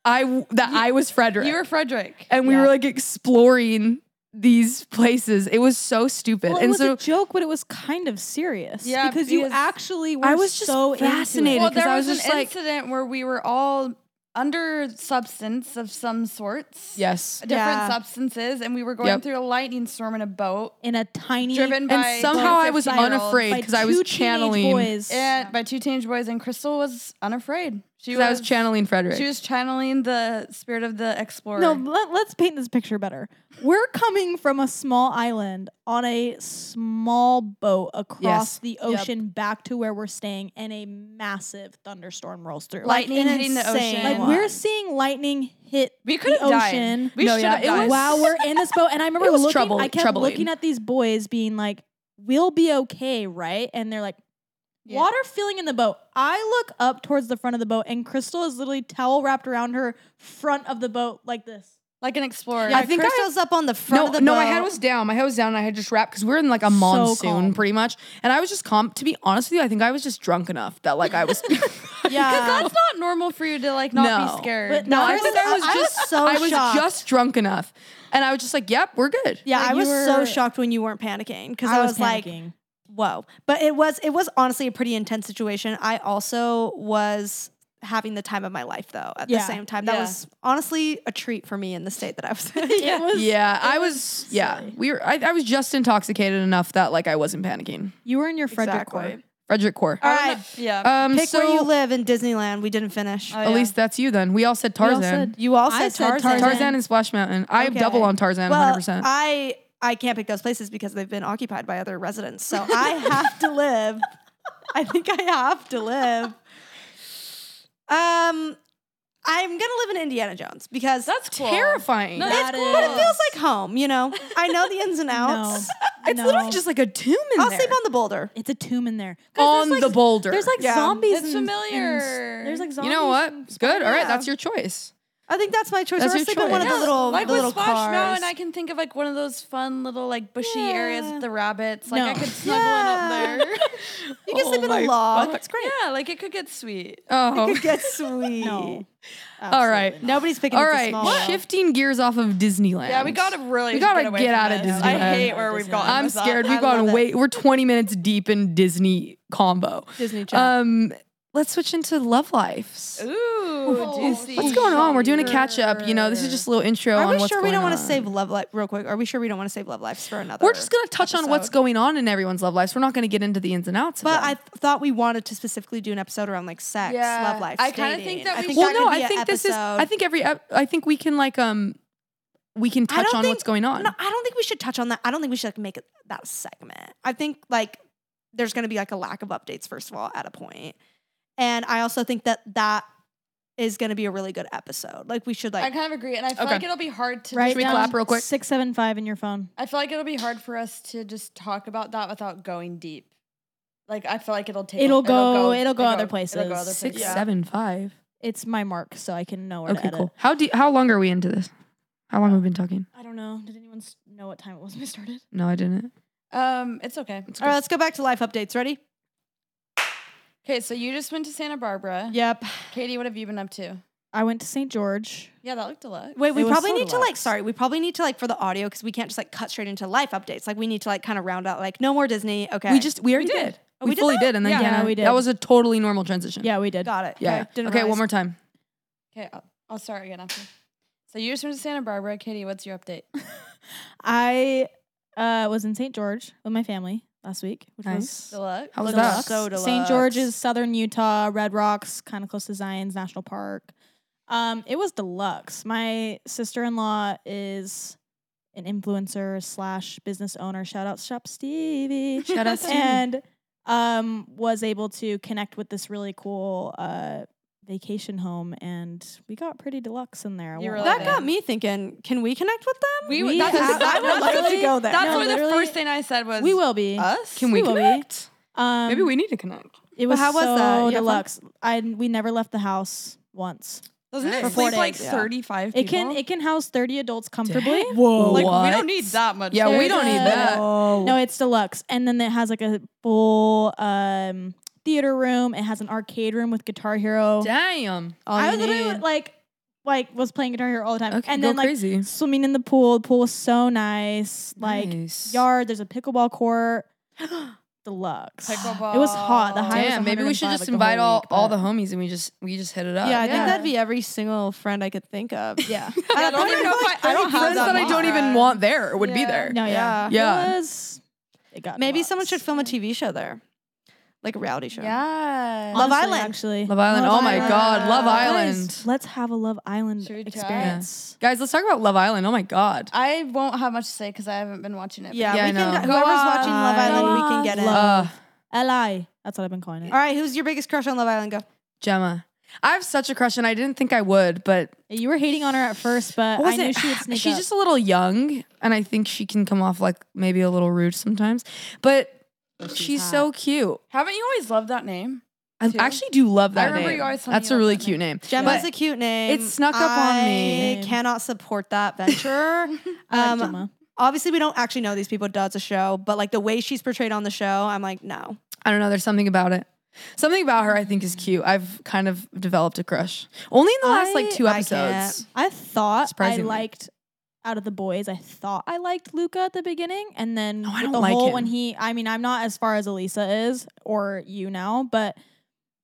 Speaker 4: I w- that I was Frederick
Speaker 5: You were Frederick.
Speaker 4: and we were like exploring these places. It was so stupid.
Speaker 3: Well, it
Speaker 4: and
Speaker 3: was
Speaker 4: so
Speaker 3: a joke, but it was kind of serious.
Speaker 5: Yeah,
Speaker 3: because you
Speaker 5: because-
Speaker 3: actually were
Speaker 4: I was just
Speaker 3: so into it.
Speaker 4: fascinated.
Speaker 5: Well,
Speaker 4: 'cause
Speaker 5: there
Speaker 4: I
Speaker 5: was,
Speaker 4: was just
Speaker 5: an
Speaker 4: like-
Speaker 5: incident where we were all under substance of some sorts.
Speaker 4: yes.
Speaker 5: Different
Speaker 2: Yeah.
Speaker 5: substances, and we were going
Speaker 4: Yep.
Speaker 5: through a lightning storm in a boat,
Speaker 3: in a tiny
Speaker 5: driven by
Speaker 4: And somehow I was
Speaker 5: 15-year-olds.
Speaker 4: unafraid
Speaker 3: by
Speaker 4: because I was
Speaker 3: two teenage
Speaker 4: channeling.
Speaker 3: boys.
Speaker 5: and by two teenage boys, and Crystal was unafraid. She
Speaker 4: 'Cause I was channeling Frederick.
Speaker 5: She was channeling the spirit of the explorer.
Speaker 3: No, let, let's paint this picture better. We're coming from a small island on a small boat across
Speaker 4: Yes.
Speaker 3: the ocean back to where we're staying, and a massive thunderstorm rolls through. Like,
Speaker 5: lightning
Speaker 2: an
Speaker 5: hitting the
Speaker 2: insane
Speaker 5: ocean.
Speaker 3: like,
Speaker 2: one.
Speaker 3: we're seeing lightning hit
Speaker 5: we could
Speaker 3: the
Speaker 5: have died.
Speaker 3: ocean.
Speaker 5: We
Speaker 4: No,
Speaker 5: should
Speaker 4: yeah,
Speaker 5: have
Speaker 4: it
Speaker 5: died.
Speaker 4: was-
Speaker 3: Wow,
Speaker 5: <laughs>
Speaker 3: we're in this boat, and I remember
Speaker 4: It was
Speaker 3: looking.
Speaker 4: trouble-
Speaker 3: I kept
Speaker 4: troubling.
Speaker 3: looking at these boys, being like, "We'll be okay, right?" And they're like,
Speaker 5: Yeah.
Speaker 3: "Water filling in the boat." I look up towards the front of the boat, and Crystal is literally towel wrapped around her front of the boat like this.
Speaker 5: like an explorer.
Speaker 2: Yeah,
Speaker 4: I think I-
Speaker 2: Crystal's up on the front
Speaker 4: no,
Speaker 2: of the
Speaker 4: no,
Speaker 2: boat.
Speaker 4: my head was down. My head was down. And I had just wrapped because we are in like a monsoon,
Speaker 3: calm.
Speaker 4: pretty much. And I was just calm. To be honest with you, I think I was just drunk enough that like I was. <laughs>
Speaker 5: Because
Speaker 3: Yeah,
Speaker 5: that's not normal for you to like not
Speaker 4: No.
Speaker 5: be scared.
Speaker 3: But
Speaker 4: no,
Speaker 3: no,
Speaker 4: I
Speaker 3: Chris,
Speaker 4: think I was
Speaker 2: I was
Speaker 4: just
Speaker 2: so
Speaker 4: I was
Speaker 2: shocked.
Speaker 4: just drunk enough, and I was just like, "Yep, we're good."
Speaker 2: yeah,
Speaker 3: Like,
Speaker 2: I
Speaker 3: you
Speaker 2: was so
Speaker 3: were-
Speaker 2: shocked when you weren't panicking because I was, like,
Speaker 3: panicking.
Speaker 2: whoa. But it was it was honestly a pretty intense situation. I also was having the time of my life though at the
Speaker 3: Yeah,
Speaker 2: same time. That
Speaker 5: yeah.
Speaker 2: was honestly a treat for me in the state that I was in. <laughs>
Speaker 3: It
Speaker 4: <laughs>
Speaker 3: was-
Speaker 4: yeah, I
Speaker 3: it
Speaker 4: was. yeah,
Speaker 3: silly.
Speaker 4: we were. I, I was just intoxicated enough that like I wasn't panicking.
Speaker 3: You were in your Frederick
Speaker 2: Exactly.
Speaker 3: court.
Speaker 4: Frederick Core.
Speaker 5: I
Speaker 2: All
Speaker 5: don't
Speaker 2: right.
Speaker 5: know- Yeah.
Speaker 4: Um,
Speaker 2: Pick
Speaker 4: so
Speaker 2: where you live in Disneyland. We didn't finish.
Speaker 5: Oh,
Speaker 4: at
Speaker 5: yeah.
Speaker 4: least that's you. Then we all said
Speaker 3: all
Speaker 4: Tarzan.
Speaker 3: said-
Speaker 2: you all
Speaker 3: I
Speaker 2: said
Speaker 3: said
Speaker 2: Tarzan.
Speaker 3: Tarzan.
Speaker 4: Tarzan and Splash Mountain. I am
Speaker 2: Okay.
Speaker 4: double on Tarzan,
Speaker 2: well,
Speaker 4: 100%.
Speaker 2: I I can't pick those places because they've been occupied by other residents. So I have to live. I think I have to live. Um, I'm gonna live in Indiana Jones because
Speaker 5: That's cool.
Speaker 4: Terrifying.
Speaker 5: No,
Speaker 3: That
Speaker 5: that's cool.
Speaker 2: but it feels like home. You know, I know the ins and outs.
Speaker 4: <laughs> it's
Speaker 3: no.
Speaker 4: literally just like a tomb in
Speaker 2: I'll
Speaker 4: there.
Speaker 2: sleep on the boulder.
Speaker 3: It's a tomb in there. Guys,
Speaker 4: on
Speaker 3: there's,
Speaker 4: the
Speaker 3: like,
Speaker 4: boulder.
Speaker 3: There's like
Speaker 2: Yeah.
Speaker 3: zombies.
Speaker 5: It's
Speaker 3: and-
Speaker 5: familiar.
Speaker 3: and- there's like
Speaker 4: you
Speaker 3: zombies.
Speaker 4: know what?
Speaker 3: and-
Speaker 4: It's good. All right,
Speaker 2: yeah.
Speaker 4: that's your choice.
Speaker 2: I think that's my choice.
Speaker 4: That's
Speaker 2: or
Speaker 4: your
Speaker 2: sleep in one of
Speaker 4: choice.
Speaker 2: the little
Speaker 5: like
Speaker 2: the little
Speaker 5: with Splash
Speaker 2: cars.
Speaker 5: Mountain, I can think of like one of those fun little like bushy areas
Speaker 2: Yeah.
Speaker 5: with the rabbits. Like I
Speaker 3: No.
Speaker 5: could snuggle
Speaker 2: Yeah.
Speaker 5: in up there.
Speaker 2: you can
Speaker 4: Oh
Speaker 2: sleep in
Speaker 4: my
Speaker 2: a log.
Speaker 4: fuck.
Speaker 2: It's great.
Speaker 5: yeah, like it could get sweet.
Speaker 4: Oh,
Speaker 2: It gets <laughs> sweet.
Speaker 3: No.
Speaker 4: <laughs> all right.
Speaker 2: Nobody's picking
Speaker 4: All
Speaker 2: up the
Speaker 4: right,
Speaker 2: small one.
Speaker 4: shifting gears off of Disneyland.
Speaker 5: Yeah, we gotta really
Speaker 4: Um, We gotta
Speaker 5: away
Speaker 4: get
Speaker 5: from
Speaker 4: out of
Speaker 5: this.
Speaker 4: Disneyland.
Speaker 5: I hate where we've
Speaker 3: Disneyland.
Speaker 5: gone.
Speaker 4: <laughs> I'm
Speaker 5: with that.
Speaker 4: scared.
Speaker 5: I
Speaker 4: We've
Speaker 5: love
Speaker 4: gone
Speaker 5: it.
Speaker 4: way. We're 20 minutes deep in Disney combo.
Speaker 2: Disney Channel.
Speaker 4: Um, let's switch into Love Lives.
Speaker 5: Uh, Ooh, juicy.
Speaker 4: What's going on? We're doing a catch up. You know, this is just a little intro
Speaker 2: Are
Speaker 4: on
Speaker 2: we
Speaker 4: what's
Speaker 2: sure we don't
Speaker 4: going
Speaker 2: want to
Speaker 4: on.
Speaker 2: save love life real quick? Are we sure we don't want to save love lives for another?
Speaker 4: We're just gonna touch on what's
Speaker 2: episode.
Speaker 4: going on in everyone's love lives. We're not gonna get into the ins and outs.
Speaker 2: But
Speaker 4: of
Speaker 2: I
Speaker 4: them.
Speaker 2: th- thought we wanted to specifically do an episode around like sex,
Speaker 5: Yeah.
Speaker 2: love life.
Speaker 5: I kinda think
Speaker 2: dating.
Speaker 5: that we
Speaker 2: I
Speaker 5: should-
Speaker 2: think
Speaker 4: well,
Speaker 2: that
Speaker 4: no,
Speaker 2: could be
Speaker 4: I
Speaker 2: a
Speaker 4: think this is.
Speaker 2: episode.
Speaker 4: I think every. Ep- I think we can like um, we can
Speaker 2: I
Speaker 4: touch
Speaker 2: don't
Speaker 4: on
Speaker 2: think-
Speaker 4: what's going on.
Speaker 2: No, I don't think we should touch on that. I don't think we should like make it that a segment. I think like there's going to be like a lack of updates first of all at a point, and I also think that that is going to be a really good episode. Like we should
Speaker 5: I
Speaker 2: like
Speaker 5: kind of agree, and I feel
Speaker 4: Okay.
Speaker 5: like it'll be hard to.
Speaker 3: Right
Speaker 4: Should we
Speaker 3: now,
Speaker 4: clap real quick?
Speaker 3: Six seven five in your phone.
Speaker 5: I feel like it'll be hard for us to just talk about that without going deep. Like I feel like it'll take.
Speaker 3: It'll go- it'll go other
Speaker 5: It'll go
Speaker 3: places.
Speaker 5: other
Speaker 4: Six,
Speaker 5: places.
Speaker 2: Yeah.
Speaker 4: seven, five.
Speaker 3: It's my mark, so I can know where to
Speaker 4: Okay,
Speaker 3: edit.
Speaker 4: cool. How do? How long are we into this? How long have we been talking?
Speaker 3: I don't know. Did anyone s- know what time it was when we started?
Speaker 4: No, I didn't.
Speaker 5: Um, it's okay.
Speaker 4: It's
Speaker 2: all right. Let's go back to life updates. Ready?
Speaker 5: Okay, so you just went to Santa Barbara.
Speaker 2: Yep.
Speaker 5: Katie, what have you been up to?
Speaker 3: I went to St. George.
Speaker 5: Yeah, that looked a lot.
Speaker 2: Wait, we
Speaker 3: It was
Speaker 2: probably
Speaker 3: so
Speaker 2: need to like
Speaker 3: relaxed.
Speaker 2: sorry, we probably need to like for the audio because we can't just like cut straight into life updates. Like we need to like kind of round out like no more Disney. Okay.
Speaker 4: We just we already did.
Speaker 2: Oh,
Speaker 4: we,
Speaker 2: we did
Speaker 4: fully
Speaker 2: that?
Speaker 4: did, and then
Speaker 3: Yeah.
Speaker 4: yeah,
Speaker 3: Yeah, we did.
Speaker 4: That was a totally normal transition.
Speaker 3: Yeah, we did.
Speaker 2: got it.
Speaker 4: yeah.
Speaker 2: Okay, didn't
Speaker 4: okay
Speaker 2: realize.
Speaker 4: one more time.
Speaker 5: Okay, I'll, I'll start again after. So you just went to Santa Barbara. Katie, what's your
Speaker 4: <laughs>
Speaker 5: update?
Speaker 3: I uh, was in St. George with my family last week, which
Speaker 4: Nice.
Speaker 3: was
Speaker 5: Deluxe.
Speaker 4: How was
Speaker 2: Deluxe.
Speaker 4: that?
Speaker 2: So deluxe.
Speaker 3: St. George is southern Utah, Red Rocks, kind of close to Zion's National Park. Um, it was deluxe. My sister in law is an influencer slash business owner. Shout out Shop Stevie.
Speaker 4: Shout out to
Speaker 3: and um, was able to connect with this really cool uh, vacation home, and we got pretty deluxe in there. I
Speaker 5: You
Speaker 3: won't
Speaker 5: were
Speaker 3: lie.
Speaker 2: That got me thinking. Can we connect with them?
Speaker 5: We,
Speaker 3: We
Speaker 5: that's <laughs>
Speaker 3: have-
Speaker 5: exactly-
Speaker 3: I would love to
Speaker 5: literally-
Speaker 2: go there.
Speaker 5: That's
Speaker 3: No,
Speaker 5: literally the
Speaker 3: literally-
Speaker 5: first thing I said was
Speaker 3: we will be.
Speaker 5: us.
Speaker 4: Can we
Speaker 3: will be.
Speaker 4: connect?
Speaker 3: Um,
Speaker 4: Maybe we need to connect.
Speaker 3: It
Speaker 2: But
Speaker 3: was
Speaker 2: how was
Speaker 3: so
Speaker 2: that? You had fun?
Speaker 3: deluxe. I we never left the house once.
Speaker 5: Doesn't
Speaker 4: Nice.
Speaker 5: it
Speaker 4: For
Speaker 2: four
Speaker 5: sleep like
Speaker 2: days, yeah.
Speaker 5: thirty-five?
Speaker 3: It can it can house thirty adults comfortably.
Speaker 4: Whoa.
Speaker 5: like we don't need that much.
Speaker 4: Yeah, we
Speaker 5: space.
Speaker 4: don't need
Speaker 3: Uh,
Speaker 4: that.
Speaker 3: No, it's deluxe, and then it has like a full um, theater room. It has an arcade room with Guitar Hero.
Speaker 4: Damn.
Speaker 3: I literally would, like like was playing Guitar Hero all the time,
Speaker 4: Okay,
Speaker 3: and
Speaker 4: go
Speaker 3: then like
Speaker 4: crazy.
Speaker 3: swimming in the pool. The pool was so nice. Like
Speaker 4: Nice.
Speaker 3: yard, there's a pickleball <gasps> court. Deluxe.
Speaker 5: Pickleball.
Speaker 3: It was hot. The high was
Speaker 4: Damn, maybe we should
Speaker 3: 105,
Speaker 4: just
Speaker 3: like, the
Speaker 4: invite
Speaker 3: whole
Speaker 4: all,
Speaker 3: week,
Speaker 4: all
Speaker 3: but-
Speaker 4: the homies and we just we just hit it up.
Speaker 2: Yeah, I think
Speaker 5: Yeah.
Speaker 2: that'd be every single friend I could think of.
Speaker 3: Yeah.
Speaker 5: I don't even know if I, I don't have
Speaker 4: friends that I don't
Speaker 5: many.
Speaker 4: even want there would be
Speaker 5: Yeah.
Speaker 4: there.
Speaker 3: No, yeah.
Speaker 4: Yeah.
Speaker 3: It was. It got
Speaker 2: Maybe someone should
Speaker 3: deluxe.
Speaker 2: film a TV show there. like a reality show.
Speaker 5: Yeah.
Speaker 2: Love
Speaker 3: Honestly,
Speaker 2: Island.
Speaker 3: actually.
Speaker 4: Love Island. oh my
Speaker 5: Island.
Speaker 4: God, Love
Speaker 5: Guys,
Speaker 4: Island.
Speaker 3: Let's have a Love Island
Speaker 5: Should we try?
Speaker 3: experience.
Speaker 4: Guys, let's talk about Love Island. Oh my God.
Speaker 5: I won't have much to say because I haven't been watching it.
Speaker 2: Yeah,
Speaker 4: Yeah, I
Speaker 2: we
Speaker 4: know.
Speaker 2: can.
Speaker 5: Go
Speaker 2: Whoever's watching Love
Speaker 4: on.
Speaker 2: Island, we
Speaker 3: Go
Speaker 2: can
Speaker 3: on,
Speaker 2: get in.
Speaker 3: Love.
Speaker 4: Uh,
Speaker 3: Li. That's what I've been calling it.
Speaker 2: All right, who's your biggest crush on Love Island? Go.
Speaker 4: Gemma. I have such a crush, and I didn't think I would, but
Speaker 3: You were hating on her at first, but
Speaker 4: What
Speaker 3: I
Speaker 4: was
Speaker 3: knew
Speaker 4: it?
Speaker 3: she <sighs> would sneak
Speaker 4: she's
Speaker 3: up.
Speaker 4: just a little young, and I think she can come off like maybe a little rude sometimes. But she's, so cute.
Speaker 5: Haven't you always loved that name?
Speaker 4: I
Speaker 5: Too.
Speaker 4: actually do love that
Speaker 5: I remember
Speaker 4: name.
Speaker 5: you always telling me
Speaker 4: That's a
Speaker 5: you loved
Speaker 4: really
Speaker 5: that
Speaker 4: cute name.
Speaker 2: Gemma's
Speaker 4: But
Speaker 2: a cute name.
Speaker 4: it snuck up on me.
Speaker 2: I cannot support that venture.
Speaker 3: I
Speaker 2: um,
Speaker 3: like Gemma.
Speaker 2: Obviously, we don't actually know these people. Does a show, but like the way she's portrayed on the show, I'm like, no.
Speaker 4: I don't know. There's something about it. Something about her I think is cute. I've kind of developed a crush. Only in the last like
Speaker 2: I-
Speaker 4: two
Speaker 2: I
Speaker 4: episodes.
Speaker 3: I thought I
Speaker 4: Surprisingly.
Speaker 3: liked out of the boys. I thought I liked Luca at the beginning, and then
Speaker 4: No, I
Speaker 3: with
Speaker 4: don't
Speaker 3: the
Speaker 4: like
Speaker 3: whole
Speaker 4: him.
Speaker 3: when he. I mean, I'm not as far as Elisa is or you now, but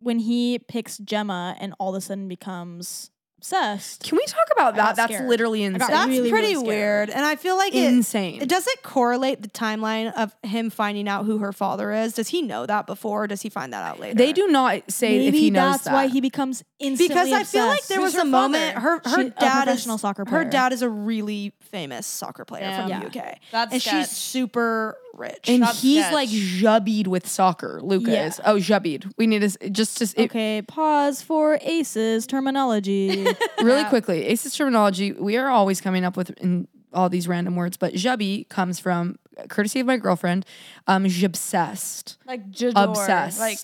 Speaker 3: when he picks Gemma and all of a sudden becomes obsessed,
Speaker 4: Can we talk about that?
Speaker 3: I got
Speaker 4: That's
Speaker 3: scared.
Speaker 4: literally
Speaker 3: got
Speaker 4: insane.
Speaker 2: That's
Speaker 3: really, really
Speaker 2: pretty
Speaker 3: scary.
Speaker 2: weird, and I feel like it.
Speaker 4: insane.
Speaker 2: It doesn't correlate the timeline of him finding out who her father is. Does he know that before? Or does he find that out later?
Speaker 4: they do not say
Speaker 3: maybe
Speaker 4: if he knows
Speaker 3: that's
Speaker 4: that.
Speaker 3: why he becomes instantly
Speaker 2: because I feel like
Speaker 3: obsessed.
Speaker 2: there
Speaker 5: Who's
Speaker 2: was
Speaker 5: her
Speaker 2: a moment
Speaker 5: father?
Speaker 2: her her
Speaker 3: She- a
Speaker 2: dad is
Speaker 3: professional soccer
Speaker 2: her
Speaker 3: player.
Speaker 2: dad is a really famous soccer player from
Speaker 5: Damn.
Speaker 2: the UK,
Speaker 5: That's
Speaker 2: and
Speaker 5: sketch.
Speaker 2: she's super rich.
Speaker 4: and
Speaker 5: That's
Speaker 4: he's
Speaker 5: sketch.
Speaker 4: like jubbied with soccer. Luca
Speaker 3: Yeah.
Speaker 4: is. Oh, jubbied. We need to s- just just it,
Speaker 3: Okay, pause for aces terminology.
Speaker 4: really quickly. Ace's terminology. We are always coming up with in all these random words, but jubby comes from courtesy of my girlfriend. Um, obsessed,
Speaker 5: Like Jador.
Speaker 4: obsessed.
Speaker 5: Like,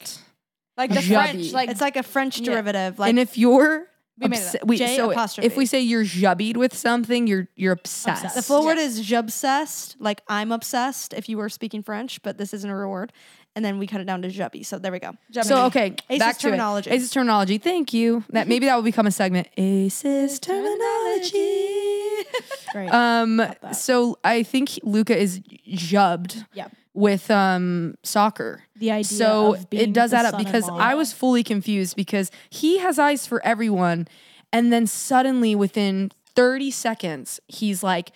Speaker 5: like the
Speaker 4: Jubby.
Speaker 5: French. Like,
Speaker 2: it's like a French
Speaker 5: Yeah.
Speaker 2: derivative. Like
Speaker 4: and if you're
Speaker 5: We made it
Speaker 4: obs-
Speaker 5: up.
Speaker 4: we-
Speaker 2: J
Speaker 4: so if
Speaker 2: apostrophe.
Speaker 4: we say you're jubbied with something, you're you're obsessed.
Speaker 3: Obsessed.
Speaker 2: the full word is jubsessed, like I'm obsessed. If you were speaking French, but this isn't a real word, and then we cut it down to jubby. So there we go.
Speaker 5: Jubby.
Speaker 4: So okay,
Speaker 2: Ace's
Speaker 4: back to
Speaker 2: terminology. Mm-hmm.
Speaker 4: It. Ace's terminology. Thank you. That maybe that will become a segment. Ace's terminology.
Speaker 3: <laughs> Great.
Speaker 4: Um.
Speaker 3: that.
Speaker 4: So I think Luca is jubbed
Speaker 3: yeah,
Speaker 4: with um soccer.
Speaker 3: the idea.
Speaker 4: So
Speaker 3: of being
Speaker 4: it does
Speaker 3: the
Speaker 4: add up
Speaker 3: son in
Speaker 4: because
Speaker 3: law.
Speaker 4: I was fully confused because he has eyes for everyone, and then suddenly within thirty seconds he's like,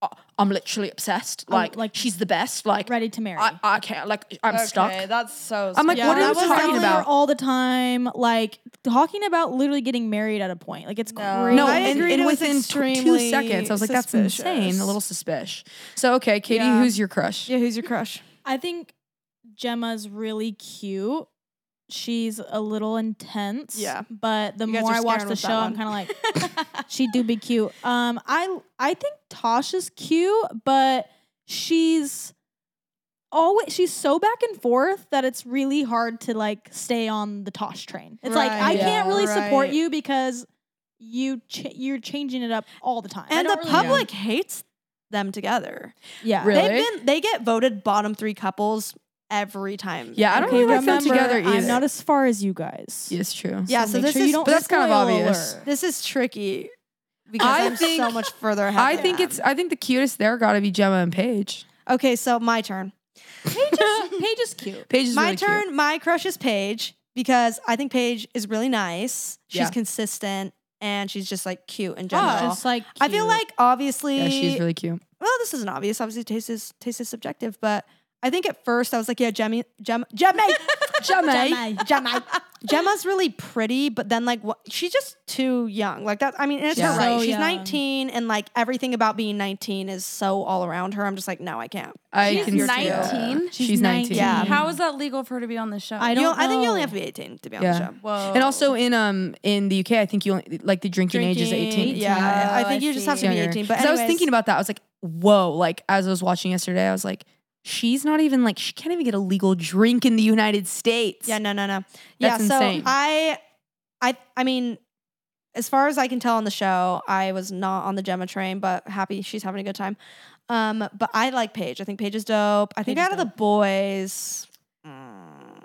Speaker 4: "Oh, "I'm literally obsessed.
Speaker 3: I'm,
Speaker 4: Like,
Speaker 3: like,
Speaker 4: she's the best. Like,
Speaker 3: ready to marry.
Speaker 4: I, I can't. Like, I'm
Speaker 5: okay,
Speaker 4: stuck."
Speaker 5: That's so.
Speaker 4: I'm like,
Speaker 5: sketch.
Speaker 3: Yeah,
Speaker 4: what are
Speaker 3: that
Speaker 4: you
Speaker 3: was
Speaker 4: talking
Speaker 3: definitely
Speaker 4: about?
Speaker 3: all the time, like talking about literally getting married at a point. Like it's
Speaker 5: No.
Speaker 3: crazy.
Speaker 4: No,
Speaker 2: I
Speaker 4: and,
Speaker 2: agreed
Speaker 4: and
Speaker 2: it was
Speaker 4: within tw- two
Speaker 2: extremely
Speaker 4: seconds, I was like, that's
Speaker 2: suspicious.
Speaker 4: insane, a little suspicious. So, okay, Katie,
Speaker 5: Yeah.
Speaker 4: who's your crush?
Speaker 2: Yeah, who's your crush?
Speaker 3: I think Gemma's really cute. She's a little intense.
Speaker 2: Yeah.
Speaker 3: But the
Speaker 2: You guys
Speaker 3: more
Speaker 2: are
Speaker 3: I watch
Speaker 2: scaring
Speaker 3: the
Speaker 2: with that
Speaker 3: show, I'm
Speaker 2: one.
Speaker 3: kind of
Speaker 4: <laughs>
Speaker 3: like, she do be cute. Um, I I think Tosh is cute, but she's always she's so back and forth that it's really hard to like stay on the Tosh train. It's like I
Speaker 2: Right,
Speaker 3: can't really support
Speaker 2: right.
Speaker 3: you because you ch- you're changing it up all the time. I
Speaker 2: And the
Speaker 3: don't really-
Speaker 2: public hates them together.
Speaker 3: yeah.
Speaker 4: Really?
Speaker 2: They've been they get voted bottom three couples every time.
Speaker 4: Yeah, I don't
Speaker 2: Okay,
Speaker 4: really like them
Speaker 2: remember,
Speaker 4: together either.
Speaker 3: I'm not as far as you guys.
Speaker 4: it's true.
Speaker 2: Yeah, so,
Speaker 3: make
Speaker 2: this
Speaker 3: sure you
Speaker 2: is
Speaker 3: don't
Speaker 4: But that's kind of
Speaker 3: spoil
Speaker 4: obvious.
Speaker 3: alert.
Speaker 2: this is tricky because I
Speaker 4: I
Speaker 2: am
Speaker 4: think-
Speaker 2: so much further ahead.
Speaker 4: I
Speaker 2: than
Speaker 4: think
Speaker 2: them.
Speaker 4: it's. I think the cutest there got to be Gemma and Paige.
Speaker 2: okay. So my turn.
Speaker 3: Paige is
Speaker 2: <laughs>
Speaker 3: cute.
Speaker 4: Paige is
Speaker 2: my
Speaker 4: really
Speaker 2: turn.
Speaker 4: Cute.
Speaker 2: My crush is Paige because I think Paige is really nice. She's
Speaker 4: Yeah. Oh,
Speaker 2: consistent and she's just like cute in general.
Speaker 3: Just like
Speaker 2: I feel
Speaker 3: cute.
Speaker 2: like obviously,
Speaker 4: Yeah, she's really cute.
Speaker 2: well, this isn't obvious. Obviously, taste is taste is subjective, but I think at first I was like, yeah, Jemmy, Jem,
Speaker 4: <laughs>
Speaker 2: Jemmy,
Speaker 3: Jemmy.
Speaker 2: Jemmy. Gemma's really pretty, but then like what, she's just too young. Like that. I mean, and it's
Speaker 4: Yeah.
Speaker 2: her right.
Speaker 3: So
Speaker 2: she's
Speaker 3: young.
Speaker 2: 19, and like everything about being 19 is so all around her. I'm just like, no, I can't.
Speaker 4: I
Speaker 5: She's
Speaker 4: can see
Speaker 5: 19?
Speaker 4: that. She's,
Speaker 3: She's
Speaker 4: 19.
Speaker 3: 19.
Speaker 2: Yeah.
Speaker 5: <laughs> How is that legal for her to be on the show?
Speaker 3: I
Speaker 2: You
Speaker 3: don't.
Speaker 2: I think you only
Speaker 3: know.
Speaker 2: have to be 18 to be on
Speaker 4: Yeah.
Speaker 2: the show.
Speaker 5: Whoa.
Speaker 4: And also in um in the UK, I think you only, like the drinking, age is 18.
Speaker 2: Yeah, I
Speaker 5: Oh,
Speaker 2: think
Speaker 5: I
Speaker 2: you just have
Speaker 5: see.
Speaker 2: to be
Speaker 4: younger.
Speaker 2: 18. But
Speaker 4: 'Cause I was
Speaker 2: anyways-
Speaker 4: thinking about that. I was like, whoa, like as I was watching yesterday, I was like, she's not even like she can't even get a legal drink in the United States.
Speaker 2: Yeah, no, no, no. yeah,
Speaker 4: That's
Speaker 2: so
Speaker 4: insane.
Speaker 2: I, I, I mean, as far as I can tell on the show, I was not on the Gemma train, but happy she's having a good time. Um, but I like Paige. I think Paige is dope. I think
Speaker 3: Paige
Speaker 2: out
Speaker 3: is
Speaker 2: of the boys, mm,